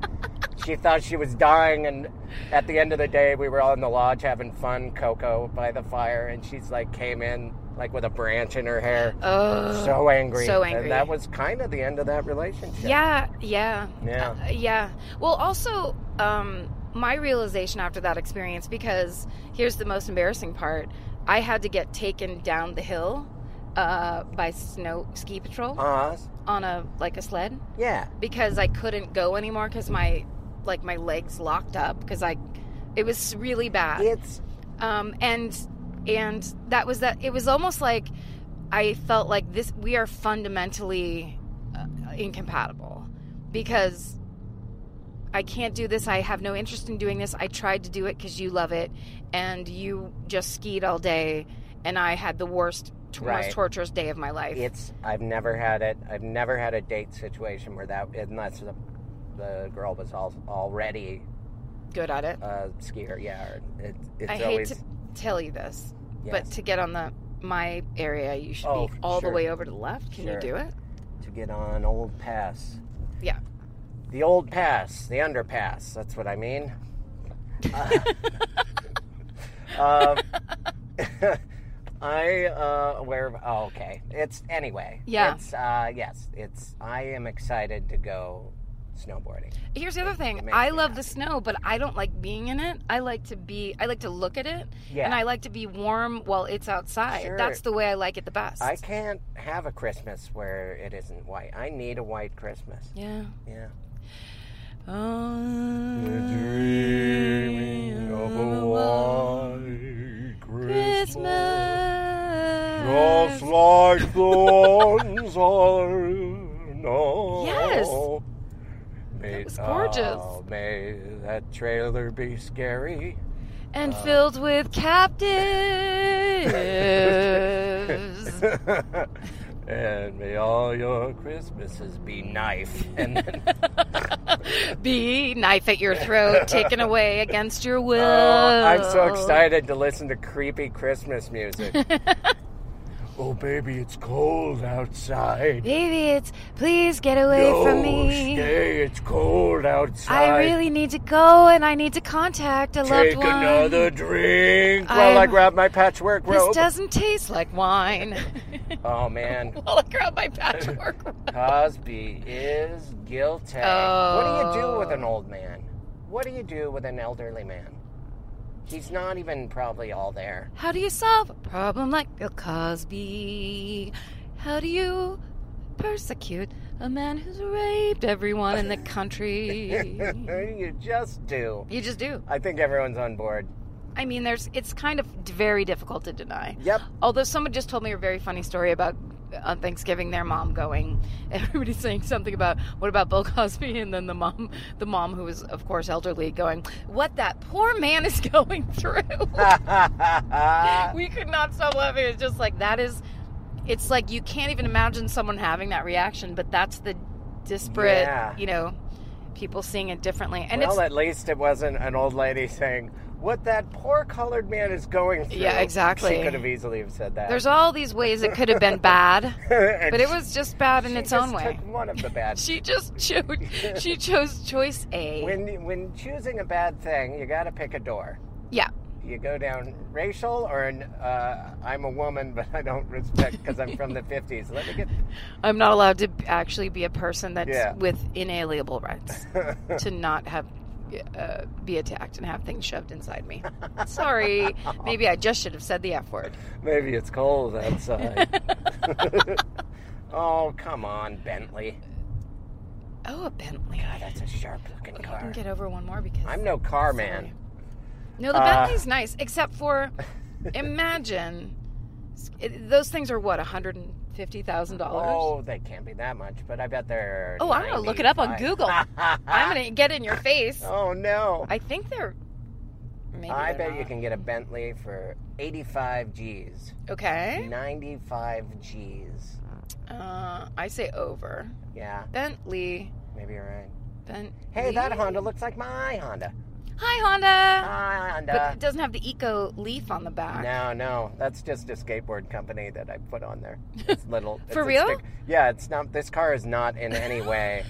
S3: She thought she was dying, and at the end of the day, we were all in the lodge having fun, Coco by the fire, and she's like came in like with a branch in her hair,
S4: oh.
S3: so angry.
S4: so angry.
S3: And that was kind of the end of that relationship.
S4: yeah, yeah.
S3: Yeah.
S4: Uh, yeah. Well, also, um, my realization after that experience, because here's the most embarrassing part I had to get taken down the hill uh, by snow ski patrol
S3: Uh,
S4: on a like a sled
S3: yeah.
S4: because I couldn't go anymore because my like my legs locked up because I it was really bad.
S3: It's
S4: um, and and that was that it was almost like i felt like this we are fundamentally uh, incompatible because i can't do this i have no interest in doing this i tried to do it because you love it and you just skied all day and i had the worst t-
S3: Right.
S4: most torturous day of my life
S3: It's I've never had it. I've never had a date situation where that unless the, the girl was al already
S4: good at it
S3: a uh, skier. Yeah, or it, it's
S4: i
S3: always
S4: hate to tell you this but
S3: yes,
S4: to get on the my area you should
S3: Oh,
S4: be all
S3: sure.
S4: the way over to the left can
S3: Sure.
S4: you do it
S3: to get on old pass.
S4: Yeah.
S3: The old pass, the underpass. That's what I mean. Uh, um, I uh, where? Oh, okay. It's anyway.
S4: Yeah.
S3: It's uh, yes. It's I am excited to go snowboarding.
S4: Here's the other thing.
S3: makes
S4: I
S3: me
S4: love the snow, but I don't like being in it. I like to be I like to look at it
S3: Yeah.
S4: and I like to be warm while it's outside.
S3: Sure.
S4: That's the way I like it the best.
S3: I can't have a Christmas where it isn't white. I need a white Christmas.
S4: yeah.
S3: Yeah.
S4: Oh,
S3: Dreaming
S4: of a
S3: white
S4: Christmas.
S3: like the ones I know.
S4: Yes.
S3: May, oh,
S4: was gorgeous.
S3: may that trailer be scary.
S4: And filled with captives.
S3: and may all your Christmases be knife. And then,
S4: be knife at your throat, taken away against your will.
S3: Oh, I'm so excited to listen to creepy Christmas music. oh, baby, it's cold outside.
S4: Baby, it's please get away from me.
S3: stay. It's cold outside.
S4: I really need to go and I need to contact a
S3: Take
S4: loved one.
S3: another drink while I
S4: I'm-
S3: grab my patchwork
S4: This
S3: robe.
S4: doesn't taste like wine.
S3: oh man,
S4: While I grab my patchwork robe.
S3: Cosby is guilty. What do you do with an old man? What do you do with an elderly man? He's not even probably all there.
S4: How do you solve a problem like Bill Cosby? How do you persecute a man who's raped everyone in the country?
S3: you just do.
S4: you just do.
S3: I think everyone's on board.
S4: I mean, there's it's kind of d- very difficult to deny.
S3: Yep.
S4: Although someone just told me a very funny story about on Thanksgiving their mom going. Everybody's saying something about what about Bill Cosby, and then the mom, the mom who was of course elderly, going, "What that poor man is going through." we could not stop laughing. It's just like that is. It's like you can't even imagine someone having that reaction, but that's the disparate,
S3: Yeah.
S4: you know, people seeing it differently. And
S3: well,
S4: it's
S3: at least it wasn't an old lady saying, "What that poor colored man is going through."
S4: Yeah, exactly.
S3: She could have easily have said that.
S4: there's all these ways it could have been bad. but it was just bad in
S3: she
S4: its own
S3: just
S4: way.
S3: Took one of the bad.
S4: She just chose. She chose choice A.
S3: when when choosing a bad thing, you got to pick a door.
S4: yeah,
S3: You go down racial or an, uh, I'm a woman, but I don't respect because I'm from the '50s. Let me get.
S4: I'm not allowed to b- actually be a person that's
S3: Yeah.
S4: with inalienable rights to not have uh, be attacked and have things shoved inside me. Sorry, maybe I just should have said the F word.
S3: Maybe it's cold outside. oh come on, Bentley.
S4: Oh, a Bentley.
S3: God, that's a sharp-looking
S4: I can
S3: car.
S4: get over one more because
S3: I'm no car man.
S4: no. The
S3: uh,
S4: Bentley's nice, except for imagine it, those things are what 150 thousand dollars.
S3: Oh, they can't be that much, but I bet they're.
S4: Oh, I'm gonna look it up on
S3: 95.
S4: Google. I'm gonna get in your face.
S3: Oh no!
S4: I think they're. Maybe
S3: I,
S4: they're
S3: bet you
S4: not.
S3: can get a Bentley for 85 G's,
S4: Okay.
S3: 95 G's. Mm-hmm.
S4: Uh, I say over.
S3: Yeah,
S4: Bentley.
S3: maybe you're right.
S4: haven't.
S3: Hey, that Honda looks like my Honda.
S4: Hi, Honda.
S3: My
S4: Ah, but
S3: Honda.
S4: it doesn't have the eco leaf on the back.
S3: No, no, that's just a skateboard company that I put on there. It's little. it's
S4: For
S3: a
S4: real?
S3: stick- Yeah, it's not. This car is not in any way.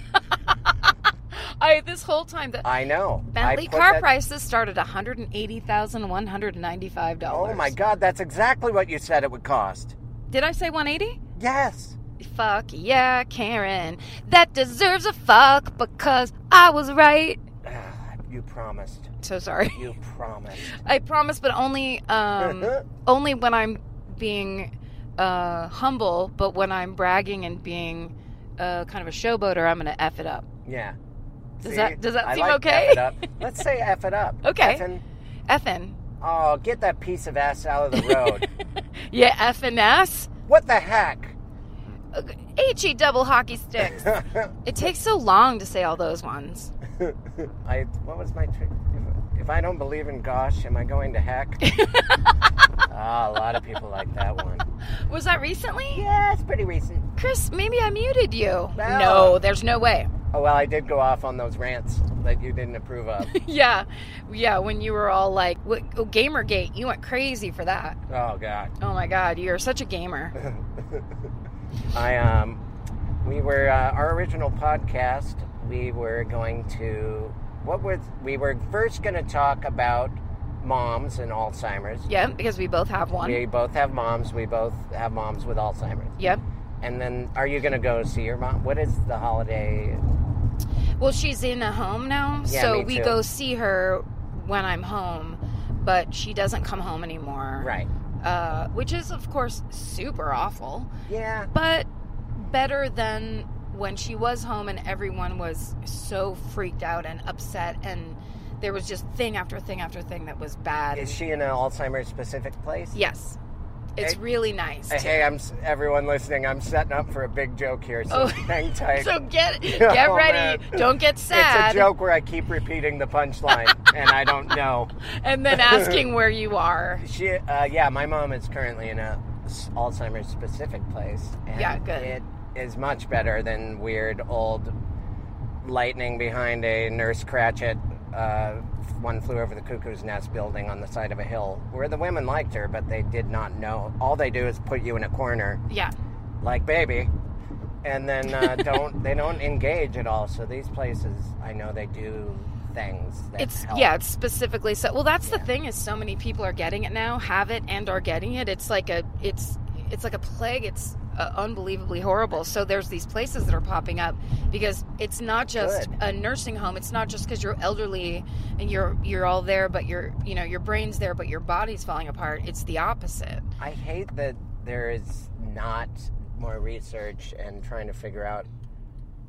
S4: I this whole time that
S3: I know. I
S4: Bentley
S3: put
S4: car
S3: that-
S4: prices start at one hundred and eighty thousand one hundred ninety-five dollars.
S3: Oh my God, that's exactly what you said it would cost.
S4: Did I say one eighty?
S3: Yes.
S4: Fuck yeah, Karen. That deserves a fuck because I was right.
S3: Ah, you promised.
S4: So sorry.
S3: You promised.
S4: I promise, but only um, only when I'm being uh, humble. But when I'm bragging and being uh, kind of a showboater, I'm gonna f it up.
S3: yeah.
S4: Does that- does that
S3: I
S4: seem
S3: like
S4: okay?
S3: F it up. Let's say F it up.
S4: Okay.
S3: Effin',
S4: Effin.
S3: oh, get that piece of ass out of the road.
S4: Yeah, effin ass.
S3: what the heck?
S4: H E double hockey sticks. it takes so long to say all those ones.
S3: I what was my trick? If, if I don't believe in gosh, am I going to heck? ah, a lot of people like that one.
S4: Was that recently?
S3: Yeah, it's pretty recent.
S4: Chris, maybe I muted you.
S3: No.
S4: No, there's no way.
S3: Oh well, I did go off on those rants that you didn't approve of.
S4: yeah, yeah. When you were all like, what, oh, "Gamergate," you went crazy for that.
S3: oh god,
S4: Oh my God, you're such a gamer.
S3: I um, we were uh, our original podcast. We were going to what was we were first going to talk about moms and Alzheimer's.
S4: yeah, because we both have one.
S3: We both have moms. We both have moms with Alzheimer's.
S4: Yep.
S3: And then, are you going to go see your mom? What is the holiday?
S4: Well, she's in a home now,
S3: Yeah,
S4: so
S3: me
S4: we
S3: too.
S4: go see her when I'm home, but she doesn't come home anymore.
S3: Right.
S4: Uh, which is, of course, super awful,
S3: Yeah.
S4: but better than when she was home and everyone was so freaked out and upset and there was just thing after thing after thing that was bad.
S3: Is she in an Alzheimer's specific place?
S4: Yes. It's
S3: Hey-
S4: really nice.
S3: Uh,
S4: too.
S3: Hey, I'm s- everyone listening. I'm setting up for a big joke here, so
S4: Oh.
S3: hang tight.
S4: So get
S3: Yeah,
S4: get
S3: oh,
S4: ready.
S3: man.
S4: Don't get sad.
S3: It's a joke where I keep repeating the punchline, and I don't know.
S4: And then asking where you are.
S3: She, uh, yeah, my mom is currently in a s- Alzheimer's specific place. And
S4: Yeah, good.
S3: It is much better than weird old lightning behind a Nurse Cratchit. Uh, one flew over the cuckoo's nest building on the side of a hill where the women liked her, but they did not know. All they do is put you in a corner
S4: Yeah.
S3: like baby and then uh, don't they don't engage at all so these places i know they do things that
S4: It's
S3: help.
S4: yeah, it's specifically so well that's the thing is so many people are getting it now, have it and are getting it. It's like a it's it's like a plague. It's uh, unbelievably horrible. So there's these places that are popping up because it's not just
S3: Good.
S4: a nursing home. It's not just cuz you're elderly and you're you're all there but your you know, your brain's there but your body's falling apart. It's the opposite.
S3: i hate that there is not more research and trying to figure out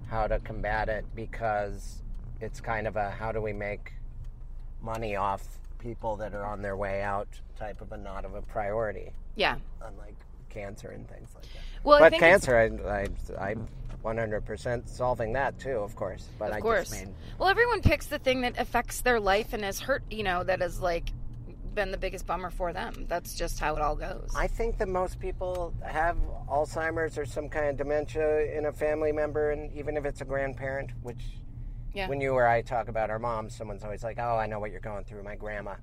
S3: how to combat it because it's kind of a how do we make money off people that are on their way out type of a not of a priority
S4: Yeah.
S3: unlike cancer and things like that
S4: Well, I
S3: but
S4: think it's-
S3: cancer, I, I, I'm 100% solving that too, of course. But I
S4: of course.
S3: just mean,
S4: well, everyone picks the thing that affects their life and has hurt, you know, that has like been the biggest bummer for them. That's just how it all goes.
S3: I think that most people have Alzheimer's or some kind of dementia in a family member, and even if it's a grandparent, which
S4: Yeah.
S3: when you or I talk about our mom, someone's always like, "Oh, I know what you're going through. My grandma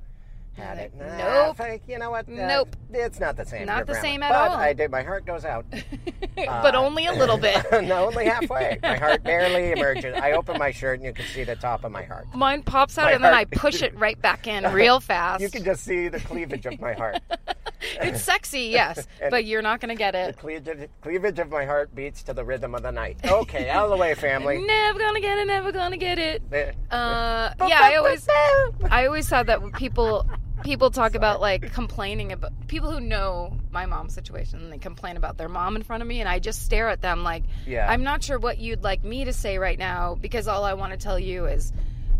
S3: had
S4: Yeah,
S3: it."
S4: like,
S3: Nah,
S4: nope.
S3: fuck, you know what? Uh,
S4: Nope.
S3: It's not the same. as
S4: Not
S3: your
S4: the
S3: grandma.
S4: same at
S3: but
S4: all.
S3: I did. My heart goes out.
S4: but only a little bit.
S3: no, only halfway. My heart barely emerges. I open my shirt, and you can see the top of my heart.
S4: Mine pops out
S3: My
S4: and then I
S3: heart-
S4: push it right back in real fast.
S3: You can just see the cleavage of my heart.
S4: it's sexy, yes, but you're not going to get it.
S3: Cleavage, cleavage of my heart beats to the rhythm of the night. Okay, out of the way, family.
S4: Never going to get it, never going to get it.
S3: Eh,
S4: Uh, yeah, I always I always thought that when people people talk about like complaining about people who know my mom's situation and they complain about their mom in front of me and I just stare at them like
S3: Yeah.
S4: I'm not sure what you'd like me to say right now because all I want to tell you is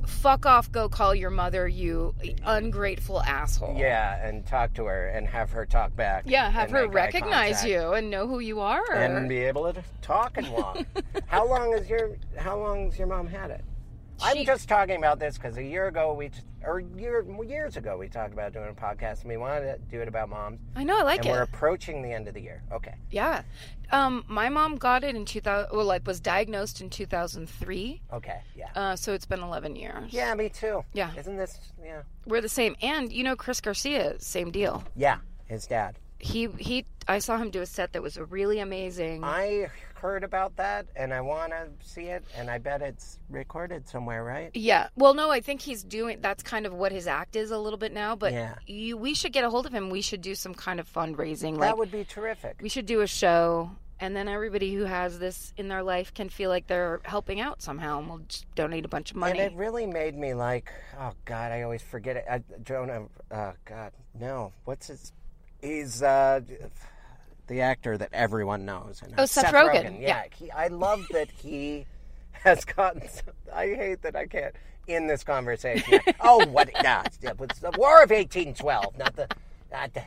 S4: fuck off go call your mother you ungrateful asshole.
S3: Yeah, and talk to her and have her talk back.
S4: Yeah, have
S3: and
S4: her
S3: make eye
S4: recognize
S3: contact
S4: you and know who you are.
S3: and be able to talk and walk. how long is your How long has your mom had it? I'm just talking about this because a year ago we, t- or year, years ago we talked about doing a podcast and we wanted to do it about moms.
S4: I know. I like
S3: and
S4: it.
S3: we're approaching the end of the year. Okay.
S4: Yeah. Um, my mom got it in 2000, well, like was diagnosed in 2003.
S3: Okay. Yeah.
S4: Uh, so it's been 11 years.
S3: yeah, me too.
S4: yeah.
S3: Isn't this, yeah.
S4: We're the same. And, you know, Chris Garcia, same deal.
S3: Yeah, his dad.
S4: He, he, I saw him do a set that was really amazing.
S3: I heard about that and I want to see it and I bet it's recorded somewhere, right?
S4: yeah. Well, no, I think he's doing, that's kind of what his act is a little bit now, but
S3: Yeah.
S4: you, we should get a hold of him. We should do some kind of fundraising. like,
S3: that would be terrific.
S4: we should do a show and then everybody who has this in their life can feel like they're helping out somehow and we'll just donate a bunch of money.
S3: And it really made me like, oh God, I always forget it. I, Jonah, uh, God, no. What's his? He's uh, the actor that everyone knows. And, uh,
S4: Oh, Seth Rogen,
S3: Yeah,
S4: yeah.
S3: He, I love that he has gotten. so- I hate that I can't in this conversation. oh, what? Yeah, it was the War of eighteen twelve, not the. Not the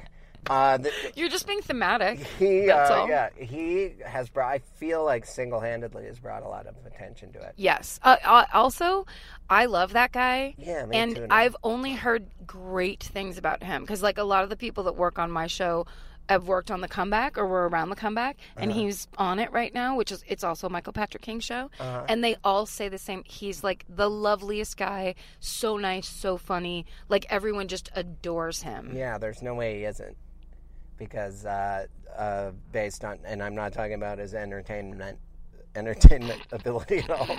S3: uh, the,
S4: You're just being thematic.
S3: he,
S4: That's
S3: uh,
S4: all.
S3: yeah, he has brought. I feel like single-handedly has brought a lot of attention to it.
S4: Yes. Uh, uh, also, I love that guy.
S3: Yeah, me
S4: and
S3: too, no.
S4: I've only heard great things about him because, like, a lot of the people that work on my show have worked on the comeback or were around the comeback, and
S3: Uh-huh.
S4: he's on it right now, which is it's also a Michael Patrick King show,
S3: Uh-huh.
S4: and they all say the same. He's like the loveliest guy, so nice, so funny. Like everyone just adores him.
S3: Yeah, there's no way he isn't. Because uh, uh, based on, and I'm not talking about his entertainment entertainment ability at all.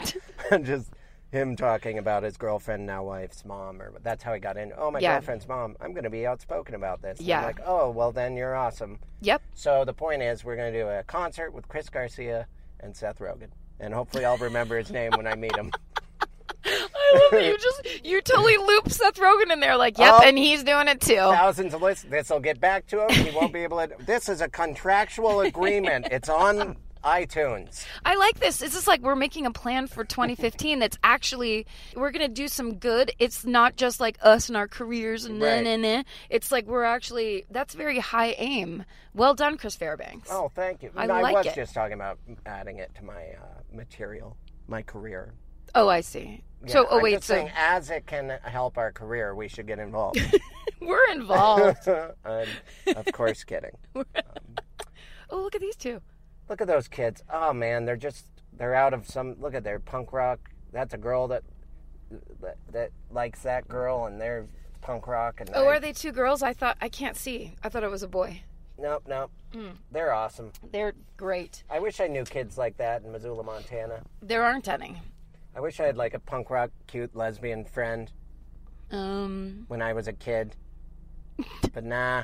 S3: Just him talking about his girlfriend, now wife's mom, or that's how he got in. Oh, my
S4: Yeah.
S3: girlfriend's mom. I'm going to be outspoken about this. And I'm
S4: Yeah.
S3: like, oh, well, then you're awesome.
S4: Yep.
S3: So the point is, we're going to do a concert with Chris Garcia and Seth Rogen, and hopefully I'll remember his name when I meet him.
S4: I love that you just you totally loop Seth Rogen in there, like, yep,
S3: Oh.
S4: and he's doing it too.
S3: thousands of lists. This will get back to him. He won't be able to. This is a contractual agreement. It's on iTunes.
S4: I like this. It's just like we're making a plan for 2015 that's actually we're gonna do some good. It's not just like us and our careers and
S3: Right.
S4: then and then. It's like we're actually that's very high aim. Well done, Chris Fairbanks.
S3: Oh, thank you.
S4: I
S3: No, I
S4: like
S3: was
S4: it.
S3: just talking about adding it to my uh, material, my career.
S4: Oh, I see.
S3: Yeah,
S4: so, oh
S3: I'm
S4: wait,
S3: just
S4: so
S3: saying, as it can help our career, we should get involved.
S4: we're involved.
S3: I'm of course kidding.
S4: oh, look at these two.
S3: Look at those kids. Oh man, they're just they're out of some. Look at their punk rock. That's a girl that that, that likes that girl, and they're punk rock. And
S4: Oh,
S3: I-
S4: are they two girls? I thought I can't see. I thought it was a boy.
S3: Nope, nope.
S4: Hmm.
S3: They're awesome.
S4: They're great.
S3: I wish I knew kids like that in Missoula, Montana.
S4: There aren't any.
S3: I wish I had like a punk rock, cute lesbian friend
S4: Um,
S3: when I was a kid. but nah,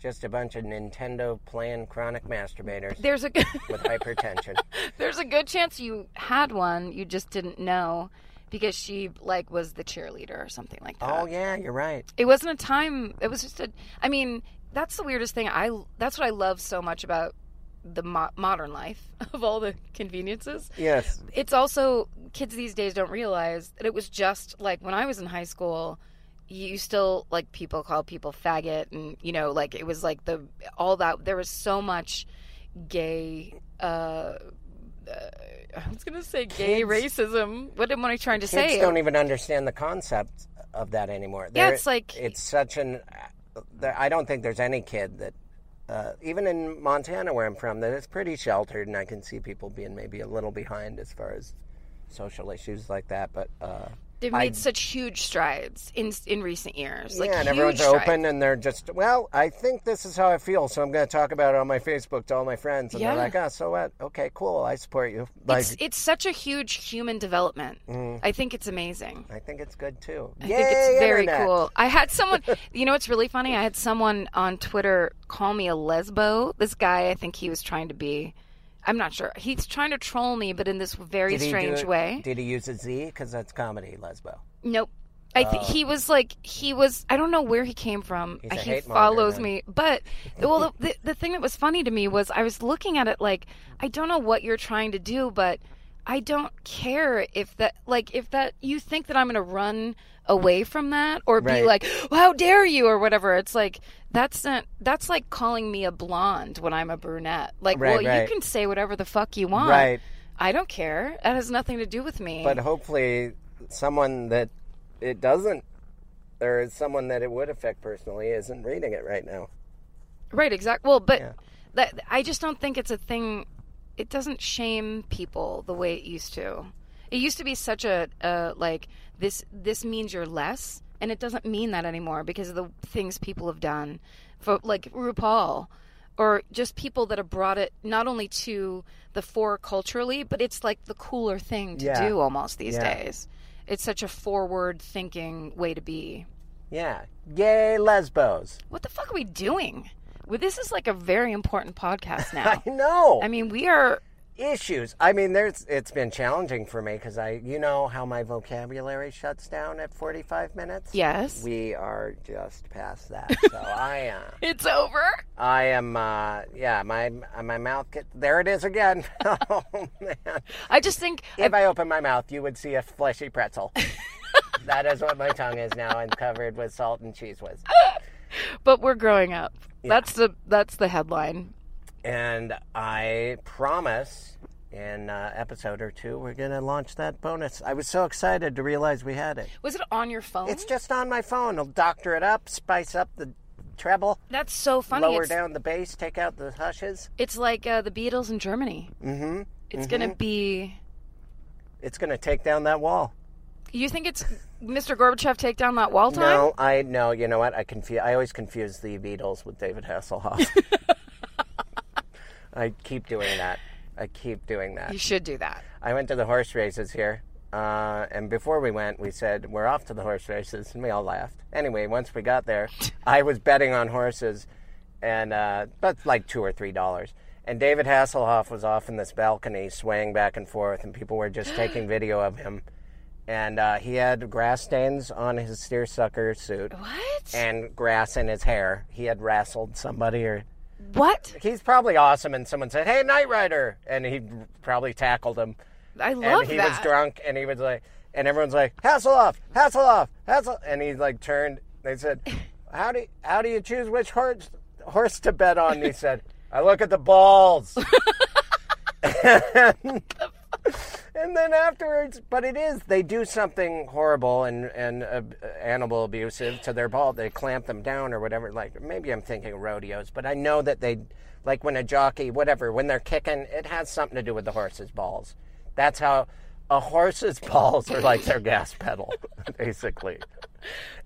S3: just a bunch of Nintendo playing chronic masturbators
S4: there's a
S3: with hypertension.
S4: There's a good chance you had one, you just didn't know because she like was the cheerleader or something like that.
S3: oh yeah, you're right.
S4: It wasn't a time, it was just a I mean, that's the weirdest thing. I that's what I love so much about the mo- modern life of all the conveniences.
S3: Yes.
S4: It's also kids these days don't realize that it was just like when I was in high school you still like people called people faggot and you know like it was like the all that there was so much gay uh I was gonna say gay
S3: Kids-
S4: racism. What am I trying to
S3: Kids
S4: say?
S3: don't even understand the concept of that anymore.
S4: Yeah,
S3: They're-
S4: it's like-
S3: it's such an. there- I don't think there's any kid that, uh, even in Montana where I'm from, that it's pretty sheltered, and I can see people being maybe a little behind as far as social issues like that. But uh,
S4: They've made such huge strides in in recent years. Like
S3: yeah, and
S4: huge
S3: everyone's
S4: strides.
S3: open, and they're just well. I think this is how I feel, so I'm going to talk about it on my Facebook to all my friends, and
S4: Yeah.
S3: they're like, "Oh, so what? Okay, cool. I support you." Like, Mm.
S4: It's, it's such a huge human development. I think it's amazing.
S3: I think it's good too.
S4: I think it's very
S3: Internet.
S4: cool. I had someone, you know, what's really funny. I had someone on Twitter call me a lesbo. This guy, I think he was trying to be. I'm not sure. He's trying to troll me, but in this very
S3: Did he do
S4: strange
S3: it-
S4: way.
S3: Did he use a Z? Because that's comedy, lesbo.
S4: Nope. I th- he was like he was. I don't know where he came from.
S3: Oh.
S4: Uh,
S3: He's a
S4: he
S3: hate monger,
S4: follows
S3: man.
S4: me, but well, the, the thing that was funny to me was I was looking at it like I don't know what you're trying to do, but I don't care if that like if that you think that I'm going to run away from that or
S3: Right.
S4: be like how dare you or whatever. It's like that's not that's like calling me a blonde when I'm a brunette. Like
S3: Right,
S4: well,
S3: right.
S4: you can say whatever the fuck you want.
S3: Right.
S4: I don't care. That has nothing to do with me.
S3: But hopefully, someone that it doesn't, or someone that it would affect personally, isn't reading it right now.
S4: Right, exactly. Well, but
S3: Yeah.
S4: that, I just don't think it's a thing. It doesn't shame people the way it used to. It used to be such a, a like this. This means you're less, and it doesn't mean that anymore because of the things people have done, for like RuPaul, or just people that have brought it not only to the fore culturally, but it's like the cooler thing to
S3: Yeah.
S4: do almost these
S3: Yeah.
S4: days. It's such a forward-thinking way to be.
S3: Yeah. Yay, lesbos.
S4: What the fuck are we doing? Well, this is like a very important podcast now.
S3: I know.
S4: I mean, we are.
S3: issues. I mean, there's it's been challenging for me because I, you know, how my vocabulary shuts down at 45 minutes.
S4: Yes.
S3: We are just past that, so I, uh,
S4: it's over.
S3: I am, uh, yeah, my my mouth. Get, there it is again. oh man!
S4: I just think.
S3: If I open my mouth, you would see a fleshy pretzel. that is what my tongue is now, and covered with salt and cheese whiz.
S4: But we're growing up. That's the that's the headline.
S3: And I promise in uh, episode or two, we're going to launch that bonus. I was so excited to realize we had it.
S4: Was it on your phone?
S3: It's just on my phone. I'll doctor it up, spice up the treble,
S4: that's so funny.
S3: lower
S4: it's,
S3: down the bass, take out the hushes.
S4: it's like uh, the Beatles in Germany. Mm-hmm. It's gonna be.
S3: It's going to take down that wall.
S4: You think it's Mr. Gorbachev take down that wall time?
S3: No, I no. You know what? I confuse. I always confuse the Beatles with David Hasselhoff. I keep doing that. I keep doing that.
S4: You should do that.
S3: I went to the horse races here. Uh, and before we went, we said, we're off to the horse races, and we all laughed. Anyway, once we got there, I was betting on horses, and uh, but like two or three dollars. And David Hasselhoff was off in this balcony swaying back and forth, and people were just taking video of him. And uh, he had grass stains on his seersucker suit
S4: What?
S3: and grass in his hair. He had wrestled somebody or
S4: what?
S3: he's probably awesome and someone said hey knight rider and he probably tackled him
S4: I love
S3: and he
S4: that.
S3: was drunk and he was like and everyone's like hasselhoff hasselhoff hassel and he like turned they said how do how do you choose which horse horse to bet on and he said i look at the balls and then afterwards but it is they do something horrible and and uh, animal abusive to their ball they clamp them down or whatever like maybe i'm thinking rodeos but i know that they like when a jockey whatever when they're kicking it has something to do with the horse's balls that's how a horse's balls are like their gas pedal basically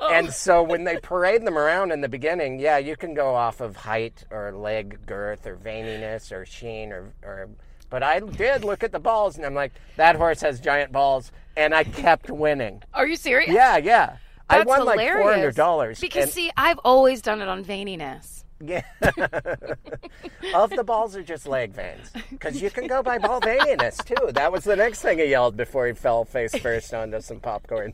S4: Oh.
S3: and so when they parade them around in the beginning, yeah, you can go off of height or leg girth or veininess or sheen or, or but I did look at the balls and I'm like, that horse has giant balls and I kept winning.
S4: Are you serious?
S3: Yeah, yeah. I
S4: That's
S3: won
S4: hilarious.
S3: like four hundred dollars.
S4: Because see, I've always done it on veininess.
S3: of the balls are just leg veins. Because you can go by ball veininess too. That was the next thing he yelled before he fell face first onto some popcorn.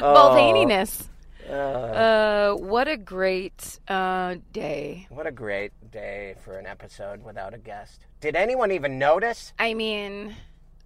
S4: Ball veininess. Uh, what a great uh, day.
S3: What a great day for an episode without a guest. Did anyone even notice?
S4: I mean,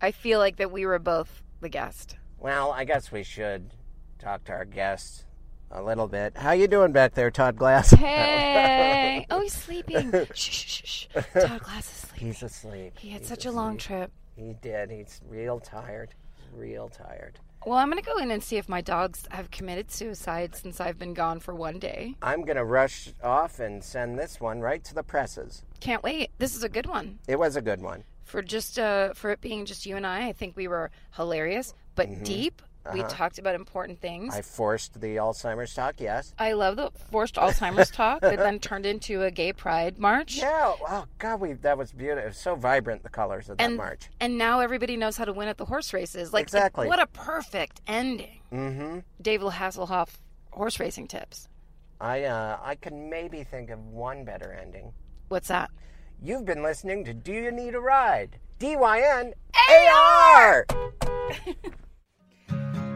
S4: I feel like that we were both the guest.
S3: Well, I guess we should talk to our guests a little bit. How you doing back there, Todd Glass?
S4: Hey. oh, he's sleeping. shh, shh, shh, shh. Todd Glass is sleeping.
S3: He's asleep.
S4: He had such a long trip.
S3: He did. He's real tired. Real tired.
S4: Well, I'm going to go in and see if my dogs have committed suicide since I've been gone for one day.
S3: I'm gonna rush off and send this one right to the presses.
S4: Can't wait. This is a good one.
S3: It was a good one.
S4: For just uh, for it being just you and I, I think we were hilarious, but deep. We talked about important things.
S3: I forced the Alzheimer's talk. Yes.
S4: I love the forced Alzheimer's talk that then turned into a gay pride march.
S3: Yeah. Oh God, we that was beautiful. It was so vibrant. The colors of that
S4: and,
S3: march.
S4: And now everybody knows how to win at the horse races. Like
S3: Exactly.
S4: what a perfect ending. Mm-hmm. Dave Hasselhoff horse racing tips.
S3: I uh, I can maybe think of one better ending.
S4: What's that?
S3: You've been listening to Do You Need a Ride? DYN AR!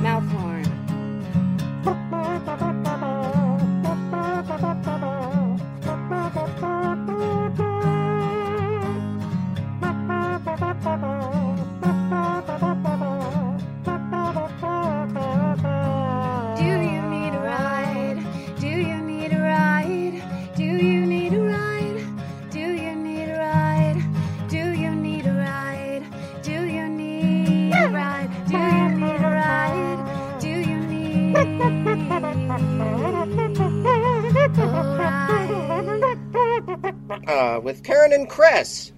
S4: Mouth horn.
S2: Do you need a ride? Do you need a ride? Do you need a ride? Do you need a ride? Do you need a ride? Do you need a ride? Do you need a ride? Do you need a ride?
S3: Uh, with Karen and Chris.